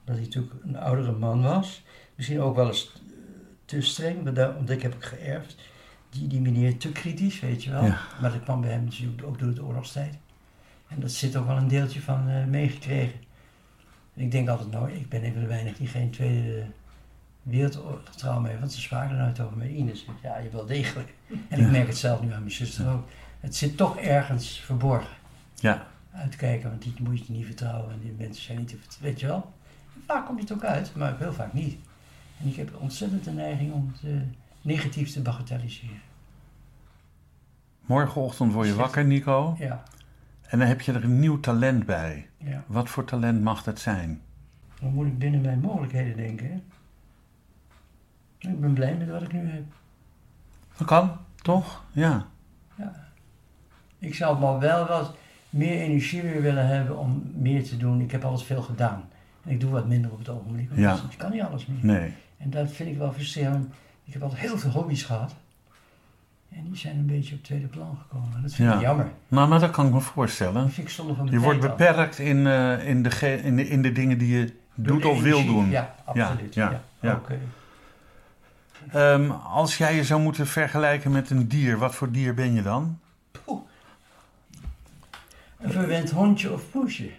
[SPEAKER 3] Dat hij natuurlijk een oudere man was. Misschien ook wel eens eh, te streng, maar daar, want ik heb het geërfd. Die, die meneer te kritisch, weet je wel.
[SPEAKER 2] Ja.
[SPEAKER 3] Maar dat kwam bij hem natuurlijk ook door de oorlogstijd. En dat zit ook wel een deeltje van eh, meegekregen. En ik denk altijd, nou, ik ben een van de weinigen die geen tweede wereldoorlogstrauma heeft. Want ze spraken er nooit over met Ines. Ja, je wel degelijk. En ik merk het zelf nu aan mijn zuster ook. Het zit toch ergens verborgen
[SPEAKER 2] Ja.
[SPEAKER 3] uitkijken, want die moet je niet vertrouwen en die mensen zijn niet te vertrouwen, weet je wel. En vaak komt het ook uit, maar ook heel vaak niet. En ik heb ontzettend de neiging om het eh, negatief te bagatelliseren.
[SPEAKER 2] Morgenochtend word je wakker, Nico.
[SPEAKER 3] Ja,
[SPEAKER 2] En dan heb je er een nieuw talent bij.
[SPEAKER 3] ja.
[SPEAKER 2] Wat voor talent mag dat zijn?
[SPEAKER 3] Dan moet ik binnen mijn mogelijkheden denken. hè. Ik ben blij met wat ik nu heb.
[SPEAKER 2] Dat kan, toch? Ja.
[SPEAKER 3] Ik zou maar wel wat meer energie weer willen hebben om meer te doen. Ik heb altijd veel gedaan. En ik doe wat minder op het ogenblik, want
[SPEAKER 2] Ja.
[SPEAKER 3] ik kan niet alles meer.
[SPEAKER 2] Nee.
[SPEAKER 3] En dat vind ik wel frustrerend. Ik heb altijd heel veel hobby's gehad. En die zijn een beetje op tweede plan gekomen. En Dat vind
[SPEAKER 2] Ja.
[SPEAKER 3] ik jammer.
[SPEAKER 2] Nou, maar dat kan ik me voorstellen.
[SPEAKER 3] Dat vind ik zonde van
[SPEAKER 2] Je
[SPEAKER 3] mijn
[SPEAKER 2] wordt
[SPEAKER 3] tijd al.
[SPEAKER 2] beperkt in, eh, in, de ge- in, de, in de dingen die je
[SPEAKER 3] Door
[SPEAKER 2] doet
[SPEAKER 3] de
[SPEAKER 2] of wil
[SPEAKER 3] energie.
[SPEAKER 2] doen.
[SPEAKER 3] Ja, absoluut.
[SPEAKER 2] ja,
[SPEAKER 3] Ja,
[SPEAKER 2] ja.
[SPEAKER 3] Ook, eh,
[SPEAKER 2] Ehm, als jij je zou moeten vergelijken met een dier, wat voor dier ben je dan?
[SPEAKER 3] een verwend hondje of poesje.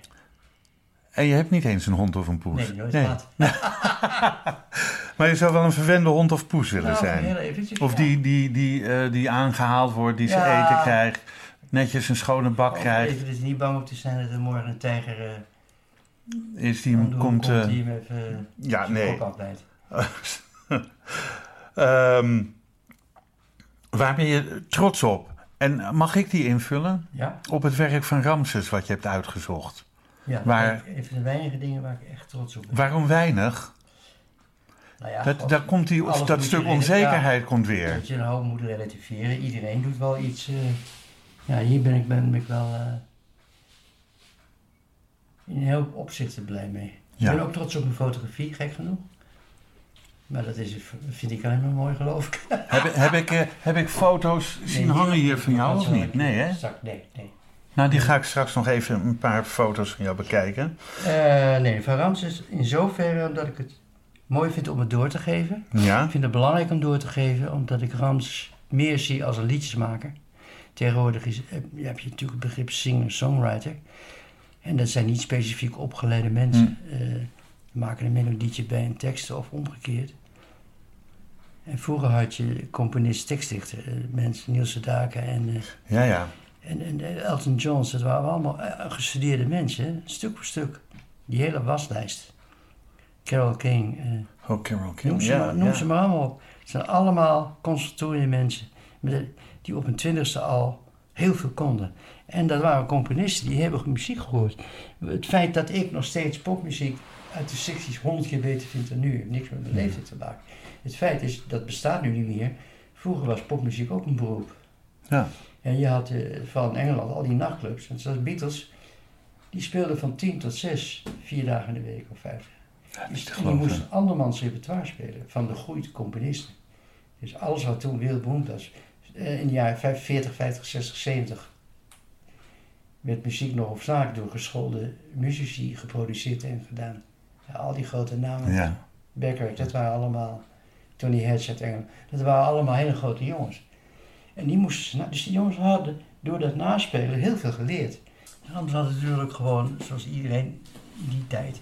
[SPEAKER 2] En je hebt niet eens een hond of een poes.
[SPEAKER 3] Nee, nooit gehad.
[SPEAKER 2] Maar je zou wel een verwende hond of poes willen
[SPEAKER 3] Nou,
[SPEAKER 2] zijn.
[SPEAKER 3] heel eventjes,
[SPEAKER 2] Of
[SPEAKER 3] ja.
[SPEAKER 2] die, die, die, eh, die aangehaald wordt, die ze
[SPEAKER 3] Ja.
[SPEAKER 2] eten krijgt, netjes een schone bak
[SPEAKER 3] Of
[SPEAKER 2] krijgt.
[SPEAKER 3] Even dus niet bang om te zijn dat er morgen een tijger eh,
[SPEAKER 2] Is die
[SPEAKER 3] om de
[SPEAKER 2] hem
[SPEAKER 3] hoek
[SPEAKER 2] komt. eh,
[SPEAKER 3] die hem even eh,
[SPEAKER 2] ja,
[SPEAKER 3] zijn
[SPEAKER 2] nee.
[SPEAKER 3] kop afbijt.
[SPEAKER 2] Ehm, waar ben je trots op? En mag ik die invullen?
[SPEAKER 3] Ja,
[SPEAKER 2] Op het werk van Ramses, wat je hebt uitgezocht.
[SPEAKER 3] ja
[SPEAKER 2] Waar-
[SPEAKER 3] maar... een van de weinige dingen waar ik echt trots op ben.
[SPEAKER 2] Waarom weinig?
[SPEAKER 3] Nou ja,
[SPEAKER 2] Dat,
[SPEAKER 3] God,
[SPEAKER 2] daar komt die,
[SPEAKER 3] alles
[SPEAKER 2] dat
[SPEAKER 3] moet
[SPEAKER 2] stuk
[SPEAKER 3] erin, ja.
[SPEAKER 2] onzekerheid komt weer.
[SPEAKER 3] Dat je een hoop moet relativeren. Iedereen doet wel iets. eh, ja, hier ben ik, ben ik wel eh, in een heel opzichten blij mee.
[SPEAKER 2] Ja.
[SPEAKER 3] Ik ben ook trots op mijn fotografie, gek genoeg. Maar dat is, vind ik alleen maar mooi, geloof ik.
[SPEAKER 2] Heb, heb, ik, eh, heb ik foto's zien
[SPEAKER 3] Nee,
[SPEAKER 2] hangen hier van jou
[SPEAKER 3] dat
[SPEAKER 2] of
[SPEAKER 3] zal
[SPEAKER 2] niet?
[SPEAKER 3] ik
[SPEAKER 2] Nee, hè?
[SPEAKER 3] Zak, nee, nee.
[SPEAKER 2] Nou, die ga ik straks nog even een paar foto's van jou bekijken.
[SPEAKER 3] Eh, nee, Van Ramses in zoverre dat ik het mooi vind om het door te geven.
[SPEAKER 2] Ja,
[SPEAKER 3] Ik vind het belangrijk om door te geven, omdat ik Rams meer zie als een liedjesmaker. Tegenwoordig is, eh, heb je hebt natuurlijk het begrip singer-songwriter. En dat zijn niet specifiek opgeleide mensen. Eh, die maken een melodietje bij een tekst of omgekeerd. En vroeger had je componist-tekstdichter. eh, mensen, Niels de Daken en eh,
[SPEAKER 2] ja, ja.
[SPEAKER 3] en, en Elton Johns, dat waren allemaal eh, gestudeerde mensen, hè, stuk voor stuk. Die hele waslijst. Carol King, eh,
[SPEAKER 2] Oh, Carol King.
[SPEAKER 3] noem, ze,
[SPEAKER 2] ja,
[SPEAKER 3] maar, noem
[SPEAKER 2] ja.
[SPEAKER 3] ze maar allemaal op. Het zijn allemaal conservatoriummensen met een- die op hun twintigste al heel veel konden. En dat waren componisten, die hebben muziek gehoord. Het feit dat ik nog steeds popmuziek uit de 60s honderd keer beter vind dan nu, heeft niks met mijn leeftijd te maken. Het feit is, dat bestaat nu niet meer. Vroeger was popmuziek ook een beroep.
[SPEAKER 2] Ja.
[SPEAKER 3] En je had eh, van Engeland al die nachtclubs. En zoals Beatles, die speelden van 10 tot 6, vier dagen in de week of vijf.
[SPEAKER 2] niet te
[SPEAKER 3] en die
[SPEAKER 2] geloven.
[SPEAKER 3] moesten andermans repertoire spelen van de groeit componisten. Dus alles wat toen wereldberoemd was, eh, in de jaren vijf- 40, 50, 60, 70, werd muziek nog op zaak door geschoolde muzici geproduceerd en gedaan. Ja, al die grote namen.
[SPEAKER 2] Ja.
[SPEAKER 3] Becker, dat waren allemaal, Tony Hedges uit Engeland, dat waren allemaal hele grote jongens. En die moesten, sna- dus die jongens hadden door dat naspelen heel veel geleerd. Rams had natuurlijk gewoon, zoals iedereen in die tijd,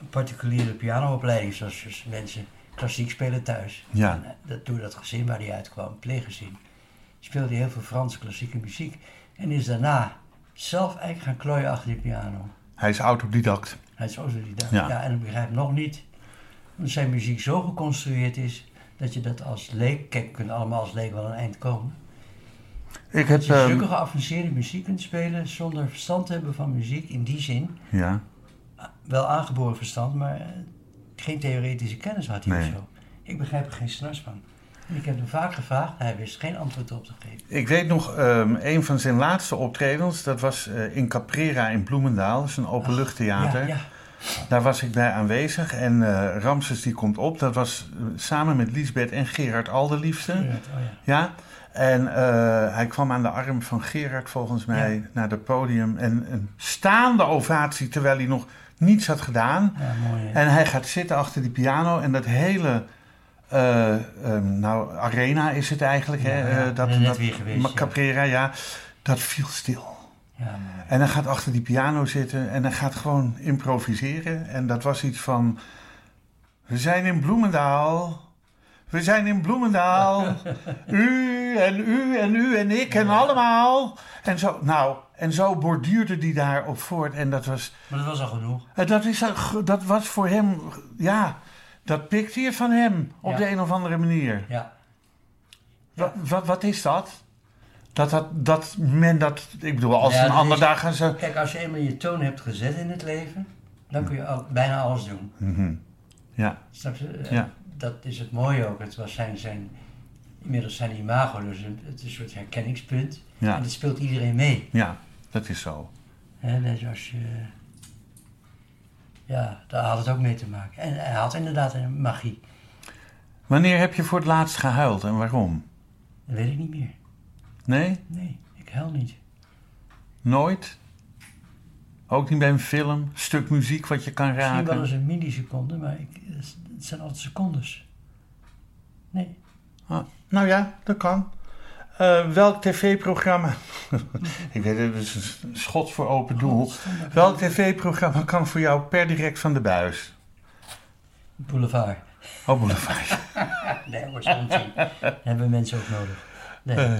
[SPEAKER 3] een particuliere pianoopleiding, zoals dus mensen klassiek spelen thuis.
[SPEAKER 2] Ja.
[SPEAKER 3] En, eh, dat, door dat gezin waar hij uitkwam, pleeggezin, speelde hij heel veel Franse klassieke muziek. En is daarna zelf eigenlijk gaan klooien achter die piano.
[SPEAKER 2] Hij is autodidact.
[SPEAKER 3] Hij is autodidact.
[SPEAKER 2] Ja.
[SPEAKER 3] Ja. en ik begrijp nog niet dat zijn muziek zo geconstrueerd is dat je dat als leek, kijk, we kunnen allemaal als leek wel een eind komen.
[SPEAKER 2] Ik heb...
[SPEAKER 3] Dat je zulke
[SPEAKER 2] ehm
[SPEAKER 3] geavanceerde muziek kunt spelen zonder verstand te hebben van muziek in die zin.
[SPEAKER 2] ja.
[SPEAKER 3] Wel aangeboren verstand, maar eh, geen theoretische kennis had hij
[SPEAKER 2] Nee.
[SPEAKER 3] of zo. Ik begrijp er geen snars van. En ik heb hem vaak gevraagd, hij wist geen antwoord op te geven.
[SPEAKER 2] Ik weet nog, ehm, een van zijn laatste optredens, dat was eh, in Caprera in Bloemendaal. Dat is een openluchttheater.
[SPEAKER 3] Ah, Ja, ja.
[SPEAKER 2] Daar was ik bij aanwezig. En eh, Ramses die komt op. Dat was eh, samen met Liesbeth en Gerard Alderliefste.
[SPEAKER 3] Oh, ja.
[SPEAKER 2] Ja, en eh, hij kwam aan de arm van Gerard volgens mij naar het podium. En een staande ovatie terwijl hij nog niets had gedaan.
[SPEAKER 3] ja mooi. eh, hè?
[SPEAKER 2] En hij gaat zitten achter die piano en dat hele eh, ehm, nou, Arena is het eigenlijk.
[SPEAKER 3] Ja,
[SPEAKER 2] hè?
[SPEAKER 3] ja,
[SPEAKER 2] eh,
[SPEAKER 3] ik
[SPEAKER 2] dat,
[SPEAKER 3] ben er net
[SPEAKER 2] dat-
[SPEAKER 3] weer geweest,
[SPEAKER 2] Ma-
[SPEAKER 3] ja.
[SPEAKER 2] Caprera, ja. Dat viel stil.
[SPEAKER 3] Ja, maar
[SPEAKER 2] En hij gaat achter die piano zitten en hij gaat gewoon improviseren. En dat was iets van... We zijn in Bloemendaal. We zijn in Bloemendaal. U en u en u en ik en allemaal. En zo, nou, en zo borduurde hij daarop voort. En dat was,
[SPEAKER 3] maar dat was al genoeg.
[SPEAKER 2] eh, dat is, een g- dat was voor hem... Ja, dat pikte je van hem op
[SPEAKER 3] Ja.
[SPEAKER 2] de een of andere manier.
[SPEAKER 3] Ja.
[SPEAKER 2] Wat, wat, wat is dat? Dat, dat, dat men dat... Ik bedoel, als
[SPEAKER 3] Ja,
[SPEAKER 2] een
[SPEAKER 3] dat
[SPEAKER 2] ander
[SPEAKER 3] is-
[SPEAKER 2] daar gaan ze...
[SPEAKER 3] Kijk, als je eenmaal je toon hebt gezet in het leven, dan kun je ook bijna alles doen.
[SPEAKER 2] Mhm. Ja.
[SPEAKER 3] Snap je? Eh,
[SPEAKER 2] Ja.
[SPEAKER 3] Dat is het mooie ook. Het was zijn, zijn, inmiddels zijn imago, dus een- het is een soort herkenningspunt. En
[SPEAKER 2] Ja,
[SPEAKER 3] dat speelt iedereen mee.
[SPEAKER 2] ja, dat is zo.
[SPEAKER 3] Hè, net als je... Ja, daar had het ook mee te maken. En hij had inderdaad een magie.
[SPEAKER 2] Wanneer heb je voor het laatst gehuild en waarom?
[SPEAKER 3] Dat weet ik niet meer.
[SPEAKER 2] Nee?
[SPEAKER 3] Nee, ik huil niet.
[SPEAKER 2] Nooit? Ook niet bij een film? Stuk muziek wat je kan
[SPEAKER 3] Misschien wel eens
[SPEAKER 2] raken?
[SPEAKER 3] een milliseconde, maar ik, het zijn altijd secondes. Nee.
[SPEAKER 2] Ah, nou ja, dat kan. Eh, welk tv-programma... Ik weet het, het is een s- schot voor open doel.
[SPEAKER 3] Godverdomme.
[SPEAKER 2] Welk tv-programma kan voor jou per direct van de buis?
[SPEAKER 3] Boulevard.
[SPEAKER 2] Oh, boulevard.
[SPEAKER 3] Nee, hoor, zo'n team. Dat hebben mensen ook nodig. Nee,
[SPEAKER 2] Eh,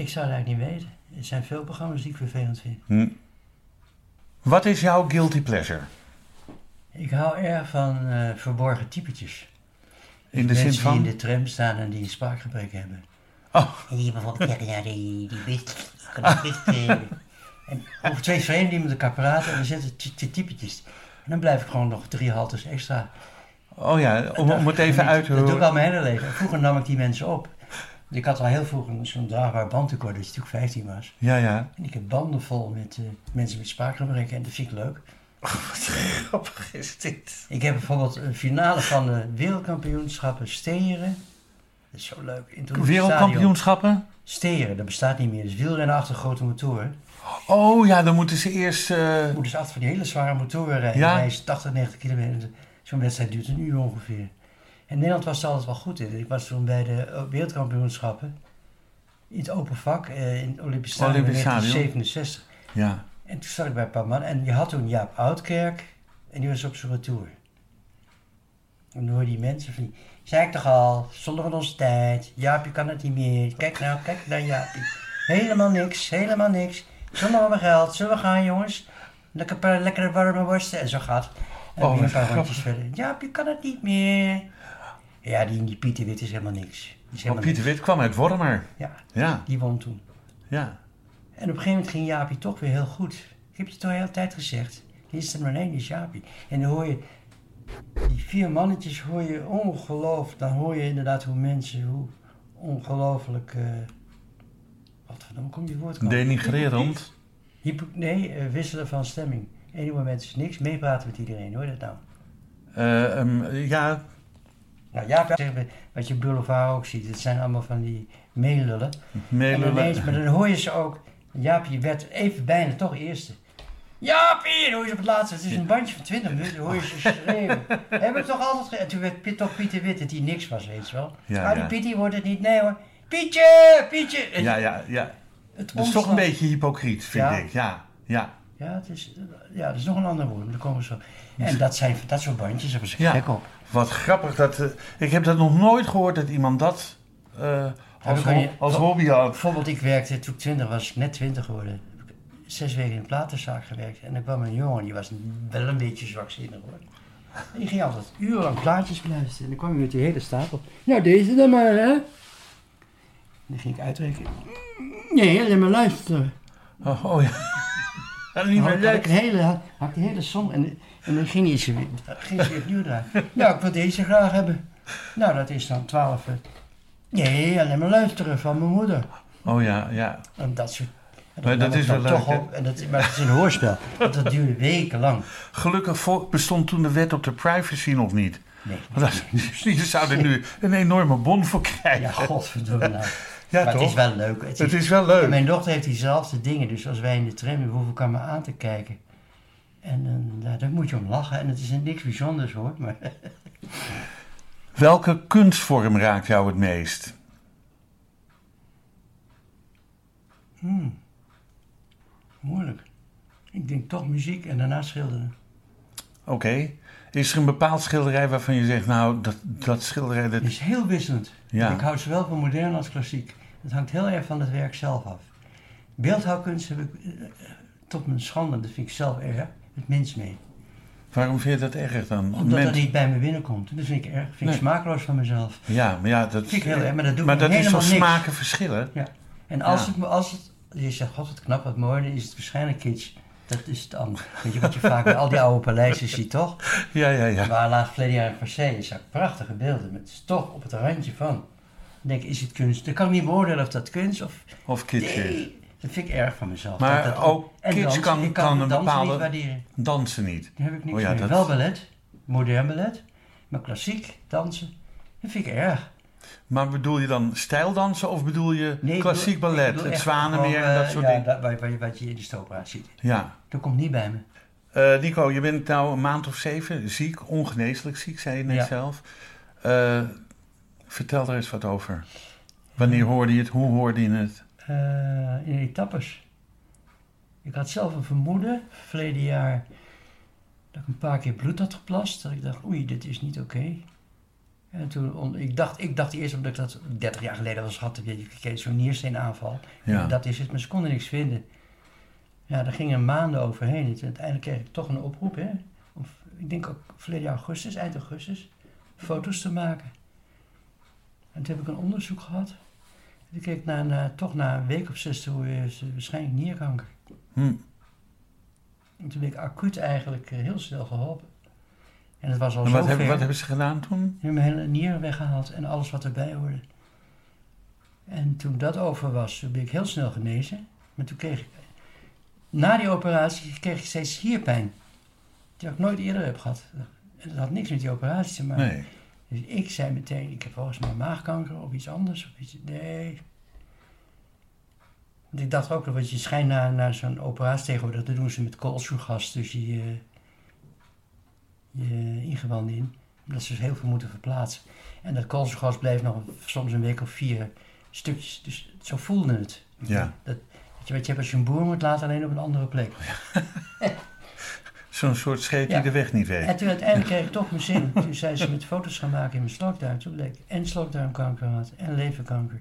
[SPEAKER 3] ik zou het eigenlijk niet weten. Er zijn veel programma's die ik vervelend vind.
[SPEAKER 2] hm. Wat is jouw guilty pleasure?
[SPEAKER 3] Ik hou erg van eh, verborgen typetjes.
[SPEAKER 2] In de
[SPEAKER 3] mensen
[SPEAKER 2] zin van...
[SPEAKER 3] die in de tram staan en die een spraakgebrek hebben.
[SPEAKER 2] Oh,
[SPEAKER 3] En die bijvoorbeeld zeggen, ja, die, die wist... die wist, eh, en over twee vreemden die met elkaar praten en dan zitten ty- ty- typetjes. En dan blijf ik gewoon nog drie haltes extra.
[SPEAKER 2] oh ja, om, om het even uit te
[SPEAKER 3] Dat doe ik
[SPEAKER 2] horen.
[SPEAKER 3] al mijn hele leven. Vroeger nam ik die mensen op. Ik had al heel vroeg een- zo'n draagbaar bandrecorder, dat je toen 15 was.
[SPEAKER 2] Ja, ja.
[SPEAKER 3] En ik heb banden vol met eh, mensen met spraakgebrek en dat vind ik leuk.
[SPEAKER 2] Oh, grappig is dit?
[SPEAKER 3] Ik heb bijvoorbeeld een finale van de wereldkampioenschappen Steeren. Dat is zo leuk. In het
[SPEAKER 2] Wereldkampioenschappen?
[SPEAKER 3] stadion. Steeren, dat bestaat niet meer. Dus wielrennen achter grote motoren.
[SPEAKER 2] Oh ja, dan moeten ze eerst. eh,
[SPEAKER 3] Je moet dus achter van die hele zware motoren rijden.
[SPEAKER 2] Ja.
[SPEAKER 3] Ja. 80, 90 kilometer. Zo'n wedstrijd duurt een uur ongeveer. En Nederland was er altijd wel goed in. Ik was toen bij de eh, wereldkampioenschappen. In het open vak, eh, in het Olympisch Stadion in
[SPEAKER 2] Olympisch Stadion.
[SPEAKER 3] 1967.
[SPEAKER 2] ja.
[SPEAKER 3] En toen zat ik bij een paar mannen. En je had toen Jaap Oudkerk. En die was op zijn retour. En dan hoor je die mensen van... die, Zei ik toch al, zonder van onze tijd. Jaapje kan het niet meer. Kijk nou, kijk naar Jaapje. Helemaal niks, helemaal niks. Zonder van mijn geld. Zullen we gaan, jongens? Lekker een paar lekkere warme worsten. En zo gaat het. En
[SPEAKER 2] Oh,
[SPEAKER 3] weer een
[SPEAKER 2] wat
[SPEAKER 3] paar
[SPEAKER 2] grappig.
[SPEAKER 3] rondjes verder. Jaapje kan het niet meer. Ja, die, die Pieter Wit is helemaal niks. Die is
[SPEAKER 2] Want
[SPEAKER 3] helemaal
[SPEAKER 2] Oh, Pieter Wit kwam uit Wormer.
[SPEAKER 3] niks. Ja,
[SPEAKER 2] Ja,
[SPEAKER 3] die won toen.
[SPEAKER 2] ja.
[SPEAKER 3] En op een gegeven moment ging Jaapie toch weer heel goed. Ik heb je toch de hele tijd gezegd. Hier is er maar één, die is Jaapie. En dan hoor je die vier mannetjes, hoor je ongelooflijk. Dan hoor je inderdaad hoe mensen, hoe ongelooflijk... eh wat verdomme, kom je woord kan.
[SPEAKER 2] Denigrerend.
[SPEAKER 3] nee, eh, wisselen van stemming. Eén moment is niks, meepraten met iedereen, hoor je dat nou?
[SPEAKER 2] Eh, ehm, ja,
[SPEAKER 3] Nou, Jaapie, zeggen we, wat je op boulevard ook ziet, het zijn allemaal van die meelullen. En dan ineens,
[SPEAKER 2] meelullen.
[SPEAKER 3] maar dan hoor je ze ook. Jaapie werd even bijna toch eerste. Jaapie! En hoor je ze op het laatste. Het is een bandje van 20 minuten. dan hoor je ze schreeuwen. Hebben we toch altijd... ge- En toen werd Piet, toch Pieter Wit dat hij niks was, weet je wel.
[SPEAKER 2] Ja,
[SPEAKER 3] nou, die
[SPEAKER 2] ja.
[SPEAKER 3] Pietie wordt het niet. Nee hoor. Pietje! Pietje! Het,
[SPEAKER 2] Ja, ja, ja.
[SPEAKER 3] het
[SPEAKER 2] Dat is toch
[SPEAKER 3] omslag.
[SPEAKER 2] een beetje hypocriet, vind
[SPEAKER 3] Ja.
[SPEAKER 2] ik. Ja, ja.
[SPEAKER 3] Ja, het is, ja, dat is nog een ander woord. Maar daar komen ze op. En dat zijn dat soort bandjes. Daar hebben ze
[SPEAKER 2] Ja.
[SPEAKER 3] gek op.
[SPEAKER 2] Wat grappig dat. eh, ik heb dat nog nooit gehoord dat iemand dat. eh, als,
[SPEAKER 3] kan
[SPEAKER 2] ho-
[SPEAKER 3] je-
[SPEAKER 2] als hobby had.
[SPEAKER 3] Bijvoorbeeld, ik werkte toen ik 20 was, net 20 geworden. heb ik Zes weken in een platenzaak gewerkt. En dan kwam een jongen, die was wel een beetje zwakzinnig hoor. En die ging altijd urenlang plaatjes beluisteren. En dan kwam hij met die hele stapel. Nou, deze dan maar, hè? En dan ging ik uitrekenen. Nee, alleen maar luisteren.
[SPEAKER 2] Oh, oh, ja. Oh, Dat is niet
[SPEAKER 3] Dan
[SPEAKER 2] meer
[SPEAKER 3] had, had ik
[SPEAKER 2] leuk.
[SPEAKER 3] de hele, had ik de hele som en, en dan ging hij ze weer, ging ze weer opnieuw draaien. nou, ik wil deze graag hebben. Nou, dat is dan 12. eh, Nee, alleen maar luisteren van mijn moeder.
[SPEAKER 2] Oh ja, ja.
[SPEAKER 3] En dat soort. en
[SPEAKER 2] Maar dat
[SPEAKER 3] nam
[SPEAKER 2] is
[SPEAKER 3] ik dan
[SPEAKER 2] wel leuk,
[SPEAKER 3] toch op. En dat, maar het is een hoorspel. Want dat duurde wekenlang.
[SPEAKER 2] Gelukkig vo- bestond toen de wet op de privacy nog niet.
[SPEAKER 3] Nee.
[SPEAKER 2] Want dat- Je zou er nu een enorme bon voor krijgen.
[SPEAKER 3] Ja, godverdomme. Nou.
[SPEAKER 2] Ja,
[SPEAKER 3] maar
[SPEAKER 2] toch?
[SPEAKER 3] het is wel leuk. Het
[SPEAKER 2] Het
[SPEAKER 3] is-
[SPEAKER 2] is wel
[SPEAKER 3] en
[SPEAKER 2] leuk.
[SPEAKER 3] Mijn dochter heeft diezelfde dingen. Dus als wij in de tram, we hoeven elkaar maar aan te kijken. nou, En dan, ja, daar moet je om lachen. En het is niks bijzonders hoor. Maar
[SPEAKER 2] Welke kunstvorm raakt jou het meest?
[SPEAKER 3] Moeilijk. Ik denk toch muziek en daarna schilderen.
[SPEAKER 2] Oké. Is er een bepaald schilderij waarvan je zegt, nou, dat, dat schilderij, dat...
[SPEAKER 3] Het is heel wisselend.
[SPEAKER 2] Ja.
[SPEAKER 3] Ik hou zowel van modern als klassiek. Het hangt heel erg van het werk zelf af. Beeldhouwkunst heb ik eh, eh, tot mijn schande, dat vind ik zelf erg, het minst mee.
[SPEAKER 2] Waarom vind je dat erg dan?
[SPEAKER 3] Omdat
[SPEAKER 2] Mens-
[SPEAKER 3] dat niet bij me binnenkomt. Dat vind ik erg. vind ik
[SPEAKER 2] Nee.
[SPEAKER 3] smaakloos van mezelf.
[SPEAKER 2] Ja, maar ja, dat...
[SPEAKER 3] Vind ik heel erg, maar dat doe ik
[SPEAKER 2] Maar dat is
[SPEAKER 3] helemaal
[SPEAKER 2] van
[SPEAKER 3] niks.
[SPEAKER 2] smaken verschillen.
[SPEAKER 3] Ja. En als,
[SPEAKER 2] Ja.
[SPEAKER 3] het me als het... Je zegt, god, wat knap, wat mooi. Dan is het waarschijnlijk kitsch. Dat is het dan. Weet je wat je vaak bij al die oude paleizen ziet, toch?
[SPEAKER 2] Ja, ja, ja.
[SPEAKER 3] Waar laat verleden jaar in Marseille zag ik prachtige beelden. Met is toch op het randje van. Dan denk ik, is het kunst? Dan kan ik niet beoordelen of dat kunst of...
[SPEAKER 2] Of kitsch is.
[SPEAKER 3] Nee, dat vind ik erg van mezelf.
[SPEAKER 2] Maar
[SPEAKER 3] dat, dat-
[SPEAKER 2] ook
[SPEAKER 3] en
[SPEAKER 2] kitsch
[SPEAKER 3] dansen.
[SPEAKER 2] kan-
[SPEAKER 3] ik
[SPEAKER 2] kan een
[SPEAKER 3] dansen
[SPEAKER 2] bepaalde-
[SPEAKER 3] niet waarderen.
[SPEAKER 2] Dansen niet.
[SPEAKER 3] Daar heb ik niks
[SPEAKER 2] Oh ja,
[SPEAKER 3] mee.
[SPEAKER 2] dat-
[SPEAKER 3] Wel ballet, modern ballet. Maar klassiek, dansen, dat vind ik erg.
[SPEAKER 2] Maar bedoel je dan stijldansen of bedoel je
[SPEAKER 3] ik
[SPEAKER 2] klassiek
[SPEAKER 3] bedoel- ik
[SPEAKER 2] ballet,
[SPEAKER 3] bedoel
[SPEAKER 2] het
[SPEAKER 3] echt
[SPEAKER 2] zwanenmeer
[SPEAKER 3] gewoon,
[SPEAKER 2] en dat
[SPEAKER 3] eh,
[SPEAKER 2] soort
[SPEAKER 3] ja,
[SPEAKER 2] dingen?
[SPEAKER 3] dat- wat, wat, wat je in de stoopra ziet.
[SPEAKER 2] Ja.
[SPEAKER 3] Dat komt niet bij me.
[SPEAKER 2] Eh, Nico, je bent nou een maand of zeven ziek, ongeneeslijk ziek, zei je net
[SPEAKER 3] Ja.
[SPEAKER 2] zelf. Eh, vertel daar eens wat over. Wanneer hoorde je het? Hoe hoorde je het?
[SPEAKER 3] Eh, in etappes. Ik had zelf een vermoeden, verleden jaar, dat ik een paar keer bloed had geplast. Dat ik dacht, oei, dit is niet oké. En toen, on- ik, dacht, ik dacht eerst, omdat ik dat 30 jaar geleden was gehad, heb, je je kreeg zo'n niersteenaanval.
[SPEAKER 2] Ja.
[SPEAKER 3] Dat is het, maar ze konden niks vinden. Ja, daar gingen maanden overheen. En toen uiteindelijk kreeg ik toch een oproep, hè. Om, ik denk ook verleden jaar augustus, eind augustus, foto's te maken. En toen heb ik een onderzoek gehad. Ik keek na, na, toch na een week of zes toe eh, is eh, waarschijnlijk nierkanker.
[SPEAKER 2] Hm.
[SPEAKER 3] En toen ben ik acuut eigenlijk eh, heel snel geholpen. En het was al
[SPEAKER 2] En
[SPEAKER 3] zo
[SPEAKER 2] wat,
[SPEAKER 3] ver.
[SPEAKER 2] hebben, wat hebben ze gedaan toen?
[SPEAKER 3] Ze hebben mijn hele nieren weggehaald en alles wat erbij hoorde. En toen dat over was, toen ben ik heel snel genezen. Maar toen kreeg ik, na die operatie, kreeg ik steeds hierpijn. Die ik nooit eerder heb gehad. En dat had niks met die operatie te maken.
[SPEAKER 2] Nee.
[SPEAKER 3] Dus ik zei meteen, ik heb volgens mij maagkanker of iets anders. Of iets, nee. Want ik dacht ook nog, want je schijnt na, na zo'n operatie tegenwoordig, dat doen ze met koolzuurgas tussen je, eh, je ingewanden in. Omdat ze dus heel veel moeten verplaatsen. En dat koolzuurgas blijft nog soms een week of vier stukjes. Dus zo voelde het.
[SPEAKER 2] Ja.
[SPEAKER 3] Dat, weet je, wat je hebt als je een boer moet laten, alleen op een andere plek.
[SPEAKER 2] Zo'n soort scheet
[SPEAKER 3] Ja.
[SPEAKER 2] die de weg niet weet.
[SPEAKER 3] En toen uiteindelijk kreeg ik toch mijn zin. Toen zijn ze met foto's gaan maken in mijn slokdarm. Toen bleek ik en slokdarmkanker had, en leverkanker.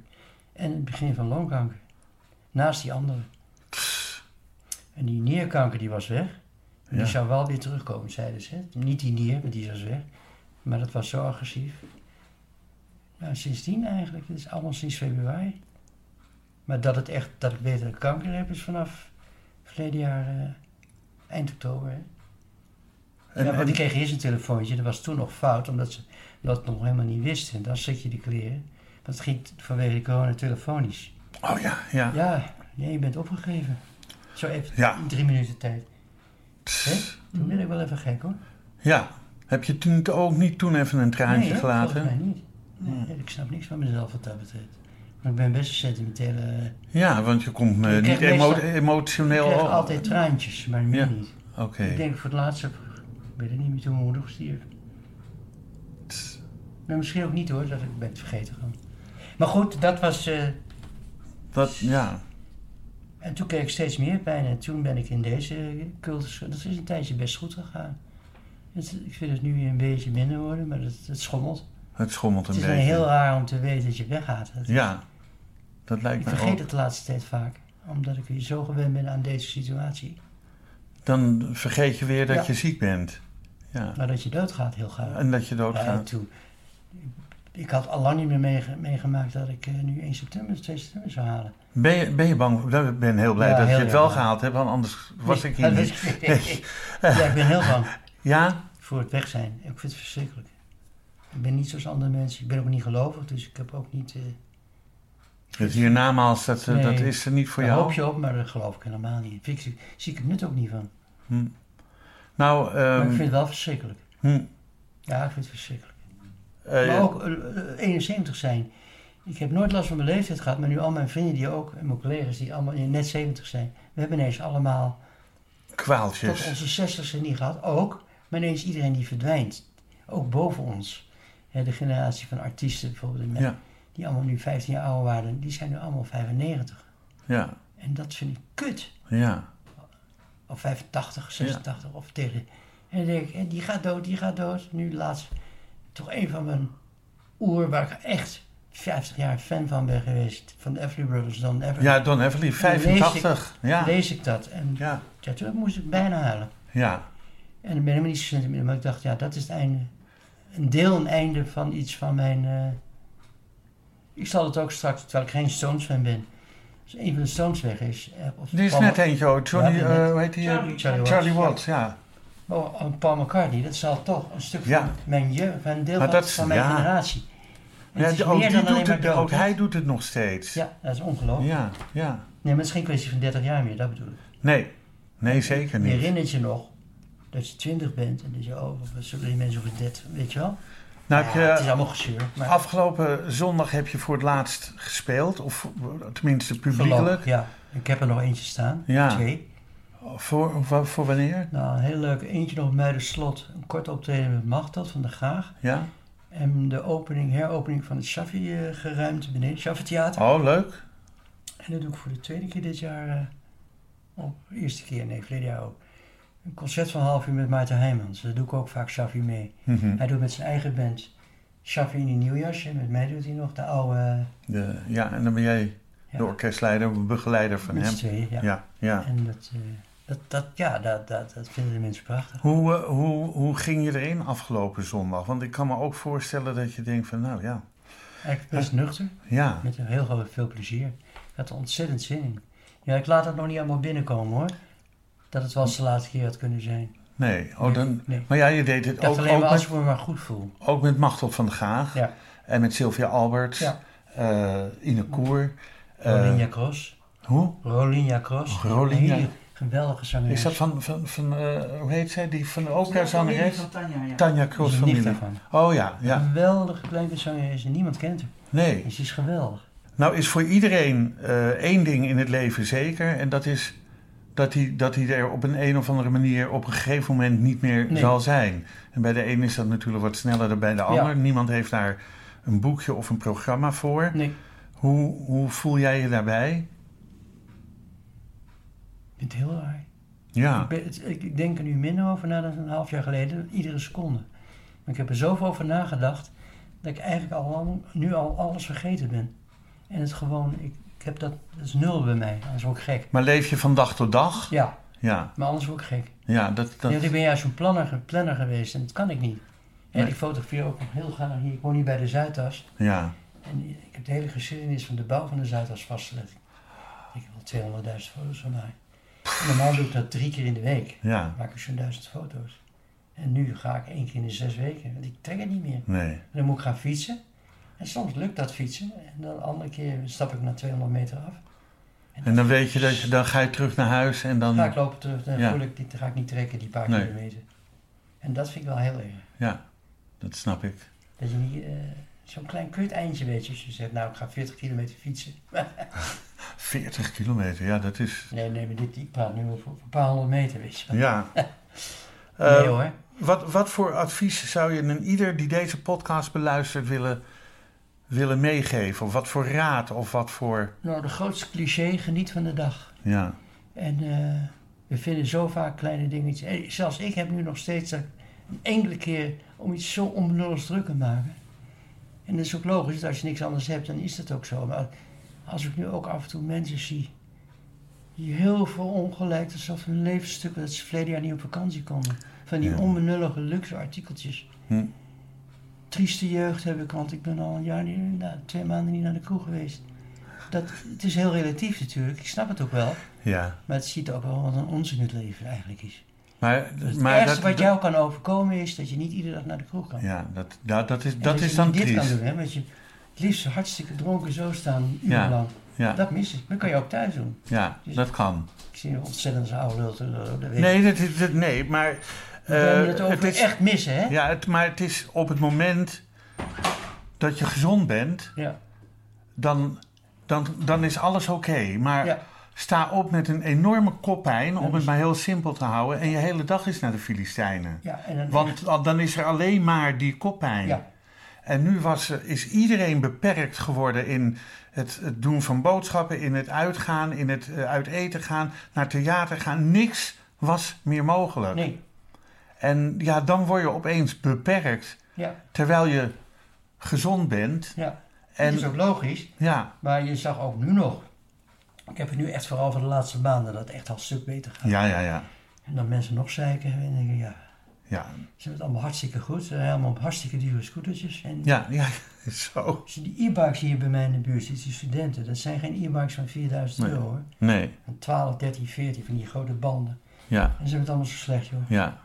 [SPEAKER 3] En het begin van longkanker. Naast die andere. En die nierkanker die was weg. En Die
[SPEAKER 2] Ja.
[SPEAKER 3] zou wel weer terugkomen, zeiden ze. Niet die nier, want die was weg. Maar dat was zo agressief. Nou, sindsdien eigenlijk. Het is allemaal sinds februari. Maar dat, het echt, dat ik weet dat ik kanker heb, is vanaf verleden jaar eh, eind oktober. Hè?
[SPEAKER 2] En-
[SPEAKER 3] ja, want
[SPEAKER 2] en-
[SPEAKER 3] ik kreeg eerst een telefoontje, dat was toen nog fout, omdat ze dat nog helemaal niet wisten. En dan zet je die kleren. Want het ging vanwege de corona telefonisch.
[SPEAKER 2] Oh ja, ja.
[SPEAKER 3] Ja, nee, je bent opgegeven. Zo even,
[SPEAKER 2] Ja.
[SPEAKER 3] in drie minuten tijd. Hè?
[SPEAKER 2] Pss.
[SPEAKER 3] Toen ben ik wel even gek hoor.
[SPEAKER 2] Ja. Heb je toen ook niet toen even een traantje
[SPEAKER 3] nee, hè?
[SPEAKER 2] gelaten?
[SPEAKER 3] Volgens mij niet. Nee, ik snap niks van mezelf wat dat betreft. Maar ik ben best een sentimentele... Ik
[SPEAKER 2] Ja, want je komt me
[SPEAKER 3] Ik
[SPEAKER 2] niet
[SPEAKER 3] kreeg meestal-
[SPEAKER 2] emo- emotioneel...
[SPEAKER 3] krijg
[SPEAKER 2] over.
[SPEAKER 3] altijd traantjes, maar
[SPEAKER 2] oh,
[SPEAKER 3] nu
[SPEAKER 2] Ja.
[SPEAKER 3] niet.
[SPEAKER 2] Oké.
[SPEAKER 3] Ik denk voor het laatst heb ik weet het niet meer toen mijn moeder gestierf.
[SPEAKER 2] Tss.
[SPEAKER 3] Maar misschien ook niet hoor, dat ik ben het vergeten gewoon. Maar goed, dat was... eh,
[SPEAKER 2] Dat, ja.
[SPEAKER 3] En toen kreeg ik steeds meer pijn en toen ben ik in deze cultus. Dat is een tijdje best goed gegaan. Het- ik vind het nu weer een beetje minder worden, maar het, het schommelt.
[SPEAKER 2] Het schommelt een
[SPEAKER 3] Het is
[SPEAKER 2] beetje.
[SPEAKER 3] heel raar om te weten dat je weggaat. Het-
[SPEAKER 2] Ja. Dat lijkt
[SPEAKER 3] ik
[SPEAKER 2] me
[SPEAKER 3] vergeet
[SPEAKER 2] ook.
[SPEAKER 3] het de laatste tijd vaak, omdat ik weer zo gewend ben aan deze situatie.
[SPEAKER 2] Dan vergeet je weer dat
[SPEAKER 3] Ja.
[SPEAKER 2] je ziek bent. Ja.
[SPEAKER 3] Maar dat je doodgaat heel gauw.
[SPEAKER 2] En dat je
[SPEAKER 3] Ja,
[SPEAKER 2] doodgaat.
[SPEAKER 3] toen, ik had al lang niet meer meege- meegemaakt dat ik eh, nu 1 september, 2 september zou halen.
[SPEAKER 2] Ben je, ben je bang? Nou, Ik ben heel blij
[SPEAKER 3] Ja,
[SPEAKER 2] dat
[SPEAKER 3] heel
[SPEAKER 2] je het wel
[SPEAKER 3] erg.
[SPEAKER 2] gehaald hebt, want anders was
[SPEAKER 3] Nee,
[SPEAKER 2] ik hier
[SPEAKER 3] dat
[SPEAKER 2] niet.
[SPEAKER 3] wist ik- ja, ik ben heel bang.
[SPEAKER 2] Ja?
[SPEAKER 3] voor het weg zijn. Ik vind het verschrikkelijk. Ik ben niet zoals andere mensen. Ik ben ook niet gelovig, dus ik heb ook niet... eh
[SPEAKER 2] Het hiernamaals, dat, eh, dat
[SPEAKER 3] Nee.
[SPEAKER 2] is er niet voor
[SPEAKER 3] daar
[SPEAKER 2] jou.
[SPEAKER 3] hoop je op, maar daar geloof ik helemaal niet. in. Vind ik, zie ik het nut ook niet van.
[SPEAKER 2] Nou,
[SPEAKER 3] Maar ik
[SPEAKER 2] ehm,
[SPEAKER 3] vind het wel verschrikkelijk.
[SPEAKER 2] hm,
[SPEAKER 3] Ja, ik vind het verschrikkelijk.
[SPEAKER 2] eh,
[SPEAKER 3] maar ook eh, eh, 71 zijn. Ik heb nooit last van mijn leeftijd gehad, maar nu al mijn vrienden die ook, en mijn collega's die allemaal net 70 zijn, we hebben ineens allemaal tot
[SPEAKER 2] kwaaltjes.
[SPEAKER 3] onze 60 zijn niet gehad, ook, maar ineens iedereen die verdwijnt. Ook boven ons. hè, de generatie van artiesten bijvoorbeeld, in-
[SPEAKER 2] Ja.
[SPEAKER 3] die allemaal nu 15 jaar ouder waren, die zijn nu allemaal 95.
[SPEAKER 2] Ja.
[SPEAKER 3] En dat vind ik kut.
[SPEAKER 2] Ja.
[SPEAKER 3] Of 85, 86 of tegen. En dan denk ik, en die gaat dood, die gaat dood. Nu laatst toch een van mijn oer waar ik echt 50 jaar fan van ben geweest. Van de Everly Brothers dan Ever.
[SPEAKER 2] Ja, Don Everly, 85.
[SPEAKER 3] Lees ik,
[SPEAKER 2] Ja.
[SPEAKER 3] lees ik dat. En
[SPEAKER 2] Ja.
[SPEAKER 3] ja, toen moest ik bijna huilen.
[SPEAKER 2] Ja.
[SPEAKER 3] En ik ben helemaal niet zo sentimenteel, maar ik dacht, ja, dat is het einde. Een deel, een einde van iets van mijn. eh, Ik zal het ook straks, terwijl ik geen Stones fan ben. Als een van de Stones weg is. eh, Of
[SPEAKER 2] Er is
[SPEAKER 3] Paul-
[SPEAKER 2] net eentje, oh, Johnny,
[SPEAKER 3] Ja,
[SPEAKER 2] eh,
[SPEAKER 3] die net.
[SPEAKER 2] hoe heet die? eh,
[SPEAKER 4] Charlie.
[SPEAKER 3] Charlie Watts.
[SPEAKER 2] Charlie Watts, ja.
[SPEAKER 3] Oh, een Paul McCartney, dat zal toch een stuk
[SPEAKER 2] Ja.
[SPEAKER 3] van mijn jeugd, van een deel
[SPEAKER 2] Maar
[SPEAKER 3] van,
[SPEAKER 2] dat-
[SPEAKER 3] van mijn
[SPEAKER 2] ja.
[SPEAKER 3] generatie. En
[SPEAKER 2] ja
[SPEAKER 3] het is
[SPEAKER 2] ook,
[SPEAKER 3] meer
[SPEAKER 2] die
[SPEAKER 3] dan alleen
[SPEAKER 2] doet
[SPEAKER 3] maar
[SPEAKER 2] het, ook
[SPEAKER 3] dood, hè?
[SPEAKER 2] hij doet het nog steeds.
[SPEAKER 3] Ja, dat is ongelooflijk.
[SPEAKER 2] ja. ja.
[SPEAKER 3] Nee, maar het is geen kwestie van 30 jaar meer, dat bedoel ik.
[SPEAKER 2] Nee, nee zeker
[SPEAKER 3] Je
[SPEAKER 2] niet.
[SPEAKER 3] herinnert je nog dat je 20 bent en dat je, oh, wat zullen die mensen over 30, weet je wel?
[SPEAKER 2] Nou,
[SPEAKER 3] Ja,
[SPEAKER 2] heb
[SPEAKER 3] het is
[SPEAKER 2] je,
[SPEAKER 3] allemaal gezeur. Maar
[SPEAKER 2] afgelopen zondag heb je voor het laatst gespeeld, of tenminste
[SPEAKER 3] voorlopig,
[SPEAKER 2] publiekelijk.
[SPEAKER 3] ja. Ik heb er nog eentje staan,
[SPEAKER 2] Ja.
[SPEAKER 3] twee.
[SPEAKER 2] Voor, voor, voor wanneer?
[SPEAKER 3] Nou, een heel leuk. Eentje nog op Muiderslot. Een kort optreden met Machtel van de Graag.
[SPEAKER 2] Ja.
[SPEAKER 3] En de opening, heropening van het Shaffi eh, geruimte beneden. Shaffi Theater.
[SPEAKER 2] Oh, leuk.
[SPEAKER 3] En dat doe ik voor de tweede keer dit jaar. eh, oh, eerste keer, nee, verleden jaar ook. Een concert van een half uur met Maarten Heijmans. Daar doe ik ook vaak Shaffi mee.
[SPEAKER 2] Mhm.
[SPEAKER 3] Hij doet met zijn eigen band Shaffi in een nieuw jasje. Met mij doet hij nog de oude... eh,
[SPEAKER 2] De, ja, en dan ben jij
[SPEAKER 3] Ja.
[SPEAKER 2] de orkestleider, begeleider van
[SPEAKER 3] met
[SPEAKER 2] hem.
[SPEAKER 3] z'n tweeën, ja.
[SPEAKER 2] Ja, ja.
[SPEAKER 3] En dat, eh, dat, dat, ja, dat, dat, dat vinden de mensen prachtig.
[SPEAKER 2] Hoe, eh, hoe, hoe ging je erin afgelopen zondag? Want ik kan me ook voorstellen dat je denkt van, nou ja,
[SPEAKER 3] Eigenlijk best nuchter.
[SPEAKER 2] ja.
[SPEAKER 3] Met heel groot veel plezier. Ik had er ontzettend zin in. Ja, ik laat dat nog niet allemaal binnenkomen hoor. Dat het wel eens de laatste keer had kunnen zijn.
[SPEAKER 2] Nee, oh, dan,
[SPEAKER 3] Nee.
[SPEAKER 2] maar ja, je deed het
[SPEAKER 3] Ik dacht
[SPEAKER 2] ook,
[SPEAKER 3] alleen
[SPEAKER 2] ook,
[SPEAKER 3] maar als
[SPEAKER 2] met,
[SPEAKER 3] ik me maar goed voel.
[SPEAKER 2] ook met Machtel van de Gaag
[SPEAKER 3] Ja.
[SPEAKER 2] en met Sylvia Albert,
[SPEAKER 3] Ja.
[SPEAKER 2] eh, Ine Koer. eh,
[SPEAKER 3] Rolinja Cross.
[SPEAKER 2] hoe?
[SPEAKER 3] Rolinja Cross.
[SPEAKER 2] Rolinja.
[SPEAKER 3] Een hele geweldige zangeres.
[SPEAKER 2] Is dat van, van, van eh, hoe heet zij, die van de
[SPEAKER 4] Ja,
[SPEAKER 2] opera
[SPEAKER 4] familie
[SPEAKER 2] zangeres?
[SPEAKER 4] van Tanja, ja.
[SPEAKER 2] Tanja
[SPEAKER 3] Dat
[SPEAKER 2] Cross
[SPEAKER 3] is een nicht
[SPEAKER 2] familie.
[SPEAKER 3] daarvan.
[SPEAKER 2] Oh ja,
[SPEAKER 3] Een
[SPEAKER 2] ja.
[SPEAKER 3] Geweldige kleine zangeres. en Niemand kent haar.
[SPEAKER 2] Nee.
[SPEAKER 3] En ze is geweldig.
[SPEAKER 2] Nou is voor iedereen eh, één ding in het leven zeker. En dat is dat hij, dat hij er op een, een of andere manier op een gegeven moment niet meer
[SPEAKER 3] Nee.
[SPEAKER 2] zal zijn. En bij de een is dat natuurlijk wat sneller dan bij de ander. Niemand heeft daar een boekje of een programma voor.
[SPEAKER 3] Nee.
[SPEAKER 2] Hoe, hoe voel jij je daarbij?
[SPEAKER 3] Ik vind het heel raar.
[SPEAKER 2] Ja,
[SPEAKER 3] Ik, ben- het- ik denk er nu minder over na dan een half jaar geleden, iedere seconde. Maar ik heb er zoveel over nagedacht dat ik eigenlijk al lang, nu al alles vergeten ben. En het gewoon, ik, ik heb dat, dat is nul bij mij, anders word ik gek.
[SPEAKER 2] maar leef je van dag tot dag?
[SPEAKER 3] Ja,
[SPEAKER 2] Ja,
[SPEAKER 3] maar anders word ik gek.
[SPEAKER 2] ja dat, dat,
[SPEAKER 3] Ja, ik ben juist een planner, een planner geweest en dat kan ik niet. En
[SPEAKER 2] Nee.
[SPEAKER 3] ik fotografeer ook nog heel graag hier. Ik woon hier bij de Zuidas.
[SPEAKER 2] ja.
[SPEAKER 3] En ik heb de hele geschiedenis van de bouw van de Zuidas vastgelegd. Ik heb al 200.000 foto's van mij. Normaal doe ik dat drie keer in de week.
[SPEAKER 2] ja.
[SPEAKER 3] maak ik zo'n duizend foto's. En nu ga ik één keer in de zes weken, want ik trek het niet meer.
[SPEAKER 2] Nee,
[SPEAKER 3] En dan moet ik gaan fietsen. En soms lukt dat fietsen. En dan de andere keer stap ik naar 200 meter af.
[SPEAKER 2] en dan weet je dat je, dan ga je terug naar huis en dan...
[SPEAKER 3] Ga ik lopen terug, dan
[SPEAKER 2] Ja.
[SPEAKER 3] voel ik, dit ga ik niet trekken, die paar
[SPEAKER 2] Nee.
[SPEAKER 3] kilometer. En dat vind ik wel heel erg.
[SPEAKER 2] Ja, dat snap ik.
[SPEAKER 3] Dat je niet eh, zo'n klein kut eindje weet. Als je zegt, nou ik ga 40 kilometer fietsen.
[SPEAKER 2] 40 kilometer, ja, dat is.
[SPEAKER 3] Nee, nee, maar dit, ik praat nu over een paar honderd meter, weet je wel.
[SPEAKER 2] Ja.
[SPEAKER 3] Nee
[SPEAKER 2] Eh,
[SPEAKER 3] hoor.
[SPEAKER 2] wat, wat voor advies zou je een ieder die deze podcast beluistert willen, willen meegeven? Of wat voor raad? Of wat voor.
[SPEAKER 3] Nou, de grootste cliché, geniet van de dag.
[SPEAKER 2] Ja,
[SPEAKER 3] En eh, we vinden zo vaak kleine dingetjes. En zelfs ik heb nu nog steeds dat ik een enkele keer om iets zo onbenulligs druk te maken. En dat is ook logisch, want als je niks anders hebt, dan is dat ook zo. Maar als ik nu ook af en toe mensen zie die heel veel ongelijk, alsof hun levensstukken, dat ze verleden jaar niet op vakantie konden. Van die
[SPEAKER 2] Ja.
[SPEAKER 3] onbenullige luxe artikeltjes.
[SPEAKER 2] Hm.
[SPEAKER 3] Trieste jeugd heb ik, want ik ben al een jaar, niet, nou, twee maanden niet naar de kroeg geweest. Dat, het is heel relatief natuurlijk, ik snap het ook wel.
[SPEAKER 2] ja.
[SPEAKER 3] Maar het ziet ook wel wat een onzin het leven eigenlijk is.
[SPEAKER 2] Maar,
[SPEAKER 3] Het
[SPEAKER 2] maar
[SPEAKER 3] ergste wat jou kan overkomen is dat je niet iedere dag naar de kroeg kan.
[SPEAKER 2] Ja, dat, dat, dat is,
[SPEAKER 3] En
[SPEAKER 2] dat
[SPEAKER 3] je
[SPEAKER 2] is dan
[SPEAKER 3] niet dit
[SPEAKER 2] triest.
[SPEAKER 3] kan doen, hè? Want je het liefst hartstikke dronken zo staan, een uur
[SPEAKER 2] Ja.
[SPEAKER 3] lang.
[SPEAKER 2] Ja,
[SPEAKER 3] Dat dus- mis ik. Dat kan je ook thuis doen.
[SPEAKER 2] ja, dat kan.
[SPEAKER 3] Ik zie een ontzettend oude lul. te- dat weet ik.
[SPEAKER 2] Nee, dat, is- dat, nee maar.
[SPEAKER 3] We hebben
[SPEAKER 2] eh,
[SPEAKER 3] het over
[SPEAKER 2] is,
[SPEAKER 3] echt missen, hè?
[SPEAKER 2] ja, het, maar het is op het moment dat je gezond bent,
[SPEAKER 3] Ja.
[SPEAKER 2] dan, dan, dan is alles oké. Maar
[SPEAKER 3] Ja. dus-
[SPEAKER 2] sta op met een enorme koppijn, om
[SPEAKER 3] dat
[SPEAKER 2] het
[SPEAKER 3] is-
[SPEAKER 2] maar heel simpel te houden. En je hele dag is naar de Filistijnen.
[SPEAKER 3] Ja, en dan
[SPEAKER 2] Want al- dan is er alleen maar die koppijn.
[SPEAKER 3] Ja.
[SPEAKER 2] En nu was, is iedereen beperkt geworden in het, het doen van boodschappen, in het uitgaan, in het eh, uit eten gaan, naar theater gaan. Niks was meer mogelijk.
[SPEAKER 3] Nee,
[SPEAKER 2] En ja, dan word je opeens beperkt
[SPEAKER 3] ja,
[SPEAKER 2] terwijl je gezond bent.
[SPEAKER 3] ja. En... Dat is
[SPEAKER 2] En
[SPEAKER 3] ook logisch.
[SPEAKER 2] ja,
[SPEAKER 3] Maar je zag ook nu nog. Ik heb het nu echt vooral van de laatste maanden dat het echt al een stuk beter gaat.
[SPEAKER 2] ja, ja, ja.
[SPEAKER 3] En dan mensen nog zeiken en denken, ja,
[SPEAKER 2] Ja,
[SPEAKER 3] ze hebben het allemaal hartstikke goed. Ze rijden allemaal op hartstikke dure scootertjes. En
[SPEAKER 2] ja, ja, zo.
[SPEAKER 3] als je die e-bikes hier bij mij in de buurt ziet, die studenten, dat zijn geen e-bikes van 4000
[SPEAKER 2] Nee.
[SPEAKER 3] euro hoor.
[SPEAKER 2] Nee,
[SPEAKER 3] Van 12, 13, 14 van die grote banden.
[SPEAKER 2] ja,
[SPEAKER 3] En ze hebben het allemaal zo slecht joh.
[SPEAKER 2] ja.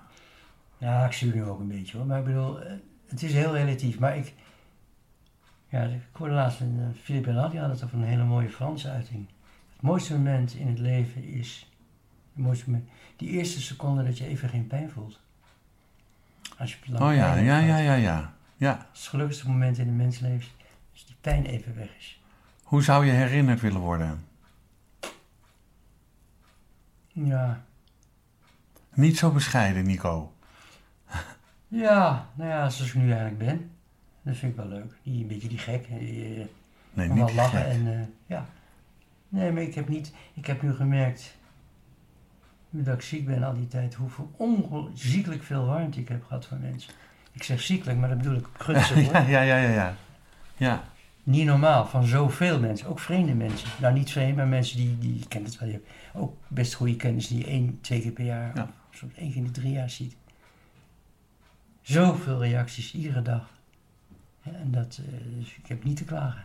[SPEAKER 3] Ja, ik stuur nu ook een beetje hoor. Maar ik bedoel, eh, het is heel relatief. Maar ik, ja, ik hoorde laatst een eh, Philippe Elad, die had het over een hele mooie Franse uiting. Het mooiste moment in het leven is het mooiste moment, die eerste seconde dat je even geen pijn voelt. Als je lang
[SPEAKER 2] Oh ja,
[SPEAKER 3] pijn hebt
[SPEAKER 2] ja, ja,
[SPEAKER 3] gehad.
[SPEAKER 2] ja, ja. Ja,
[SPEAKER 3] Het is het gelukkigste moment in een mensleven als die pijn even weg is.
[SPEAKER 2] hoe zou je herinnerd willen worden?
[SPEAKER 3] Ja,
[SPEAKER 2] Niet zo bescheiden, Nico.
[SPEAKER 3] ja, nou ja, zoals ik nu eigenlijk ben. Dat vind ik wel leuk. Die, een beetje die gek. Die, eh,
[SPEAKER 2] Nee,
[SPEAKER 3] Maar
[SPEAKER 2] niet
[SPEAKER 3] wel lachen
[SPEAKER 2] gek.
[SPEAKER 3] en eh, ja. Nee, maar ik heb niet, ik heb nu gemerkt, nu dat ik ziek ben al die tijd, hoeveel onziekelijk veel warmte ik heb gehad van mensen. Ik zeg ziekelijk, maar dat bedoel ik gunstig hoor.
[SPEAKER 2] Ja, ja, ja, ja, ja. Ja,
[SPEAKER 3] Niet normaal, van zoveel mensen, ook vreemde mensen. Nou niet vreemd, maar mensen die, die je kent het wel, je hebt ook best goede kennis die je één, twee keer per jaar,
[SPEAKER 2] Ja.
[SPEAKER 3] of soms één keer in de drie jaar ziet. Zoveel reacties, iedere dag. En dat, eh, dus ik heb niet te klagen.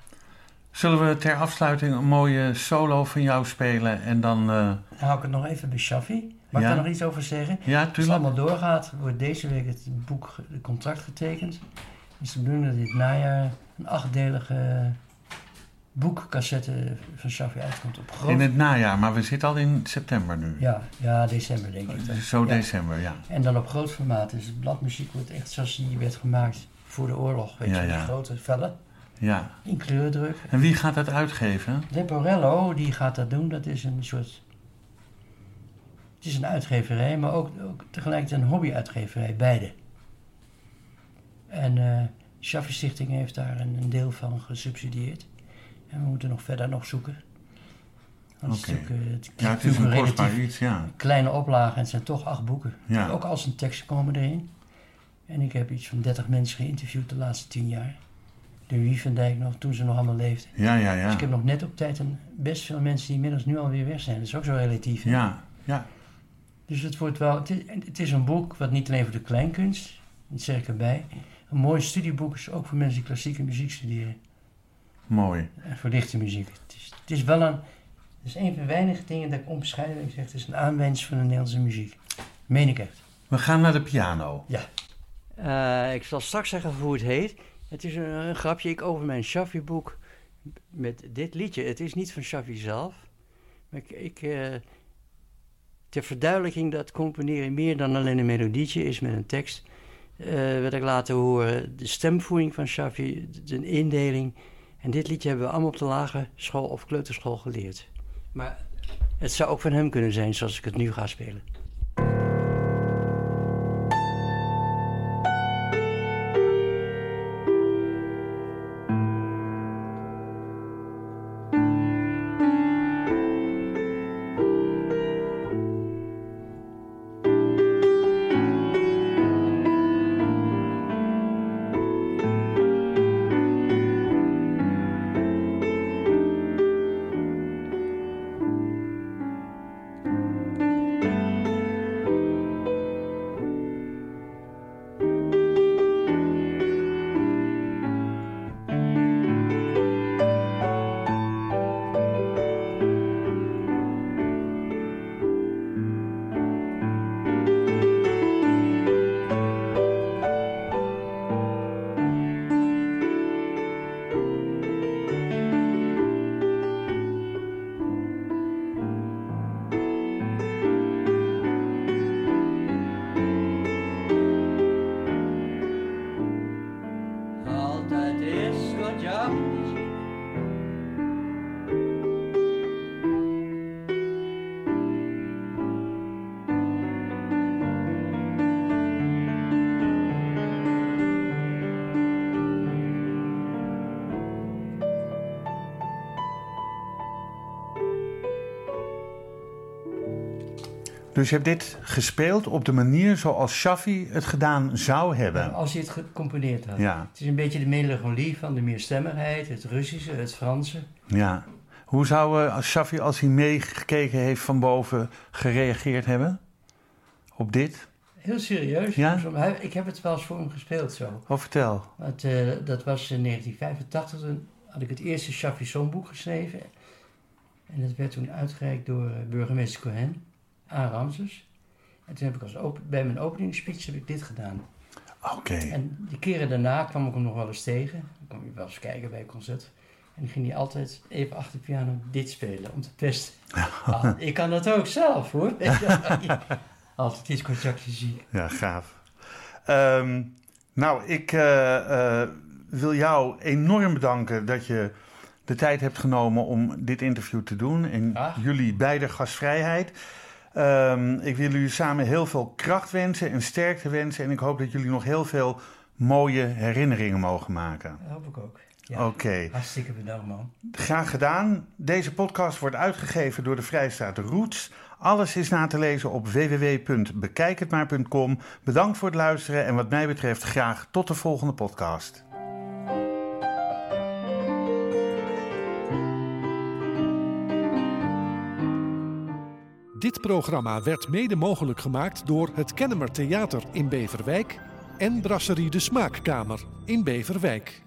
[SPEAKER 2] Zullen we ter afsluiting een mooie solo van jou spelen en dan... eh,
[SPEAKER 3] Dan hou ik het nog even bij Shafi. Mag
[SPEAKER 2] Ja.
[SPEAKER 3] ik daar nog iets over zeggen?
[SPEAKER 2] ja,
[SPEAKER 3] Als het
[SPEAKER 2] tuurlijk.
[SPEAKER 3] allemaal doorgaat, wordt deze week het boek, ge- het contract getekend. Dus de bedoeling dat dit najaar een achtdelige boekcassette van Shafi uitkomt op groot.
[SPEAKER 2] In het najaar, maar we zitten al in september nu.
[SPEAKER 3] ja, ja, december denk ik. dan.
[SPEAKER 2] Zo
[SPEAKER 3] Ja.
[SPEAKER 2] december, ja.
[SPEAKER 3] En dan op groot formaat. Dus het bladmuziek wordt echt zoals die werd gemaakt voor de oorlog. Weet
[SPEAKER 2] Ja,
[SPEAKER 3] je, die
[SPEAKER 2] ja.
[SPEAKER 3] grote vellen.
[SPEAKER 2] ja.
[SPEAKER 3] In kleurdruk.
[SPEAKER 2] En wie gaat dat uitgeven?
[SPEAKER 3] Leporello, die gaat dat doen. Dat is een soort... Het is een uitgeverij, maar ook, ook tegelijkertijd een hobbyuitgeverij, beide. En eh Schaffer Stichting heeft daar een, een deel van gesubsidieerd. En we moeten nog verder nog zoeken. Want het is
[SPEAKER 2] Oké.
[SPEAKER 3] natuurlijk, eh, het
[SPEAKER 2] Ja, het is een
[SPEAKER 3] relatief
[SPEAKER 2] kostbaar iets, ja.
[SPEAKER 3] kleine oplage en het zijn toch acht boeken.
[SPEAKER 2] Ja.
[SPEAKER 3] Ook als een teksten komen erin. En ik heb iets van 30 mensen geïnterviewd de laatste tien jaar. De Wievendijk nog, toen ze nog allemaal leefden.
[SPEAKER 2] Ja, ja,
[SPEAKER 3] Dus
[SPEAKER 2] ja.
[SPEAKER 3] ik heb nog net op tijd een, best veel mensen die inmiddels nu alweer weg zijn. Dat is ook zo relatief. hè?
[SPEAKER 2] Ja, ja.
[SPEAKER 3] Dus het wordt wel. Het is, het is een boek wat niet alleen voor de kleinkunst, dat zeg ik erbij. Een mooi studieboek is ook voor mensen die klassieke muziek studeren.
[SPEAKER 2] Mooi.
[SPEAKER 3] En voor lichte muziek. Het is, het is wel een. Het is een van de weinige dingen dat ik onbescheiden ben. Ik zeg, het is een aanwinst van de Nederlandse muziek. Meen ik echt.
[SPEAKER 2] We gaan naar de piano.
[SPEAKER 3] Eh, ik zal straks zeggen hoe het heet. Het is een, een grapje. Ik over mijn Shafi-boek met dit liedje. Het is niet van Shafi zelf. Maar ik, ik, eh, ter verduidelijking dat componeren meer dan alleen een melodietje is met een tekst. eh werd ik laten horen de stemvoering van Shafi, de- de indeling. En dit liedje hebben we allemaal op de lagere school of kleuterschool geleerd. Maar het zou ook van hem kunnen zijn zoals ik het nu ga spelen.
[SPEAKER 2] Dus je hebt dit gespeeld op de manier zoals Shaffi het gedaan zou hebben.
[SPEAKER 3] Als hij het gecomponeerd had.
[SPEAKER 2] Ja,
[SPEAKER 3] Het is een beetje de melancholie van de meerstemmigheid, het Russische, het Franse.
[SPEAKER 2] ja. Hoe zou eh, als Shaffi, als hij meegekeken heeft van boven, gereageerd hebben? Op dit?
[SPEAKER 3] Heel serieus.
[SPEAKER 2] Ja?
[SPEAKER 3] Dus om- hij- Ik heb het wel eens voor hem gespeeld zo.
[SPEAKER 2] Of vertel.
[SPEAKER 3] Want, eh, dat was in 1985, toen had ik het eerste Shafi Songboek geschreven. En dat werd toen uitgereikt door eh, burgemeester Cohen aan Ramses. En toen heb ik als op- bij mijn openingsspeech heb ik dit gedaan.
[SPEAKER 2] Oké.
[SPEAKER 3] En de keren daarna kwam ik hem nog wel eens tegen. Dan kwam je wel eens kijken bij een concert. En dan ging hij altijd even achter de piano dit spelen om te testen. Ah, ik kan dat ook zelf hoor. altijd iets contactje ziek.
[SPEAKER 2] Ja, gaaf. Ehm, nou, ik eh, eh, wil jou enorm bedanken dat je de tijd hebt genomen om dit interview te doen. En
[SPEAKER 3] Graag.
[SPEAKER 2] jullie beide gastvrijheid. Ehm, ik wil jullie samen heel veel kracht wensen en sterkte wensen. En ik hoop dat jullie nog heel veel mooie herinneringen mogen maken.
[SPEAKER 3] Dat hoop ik ook. Ja.
[SPEAKER 2] Oké.
[SPEAKER 3] Hartstikke bedankt man.
[SPEAKER 2] Graag gedaan. Deze podcast wordt uitgegeven door de Vrijstaat Roots. Alles is na te lezen op www.bekijkhetmaar.com. Bedankt voor het luisteren en wat mij betreft graag tot de volgende podcast.
[SPEAKER 1] Dit programma werd mede mogelijk gemaakt door het Kennemer Theater in Beverwijk en Brasserie de Smaakkamer in Beverwijk.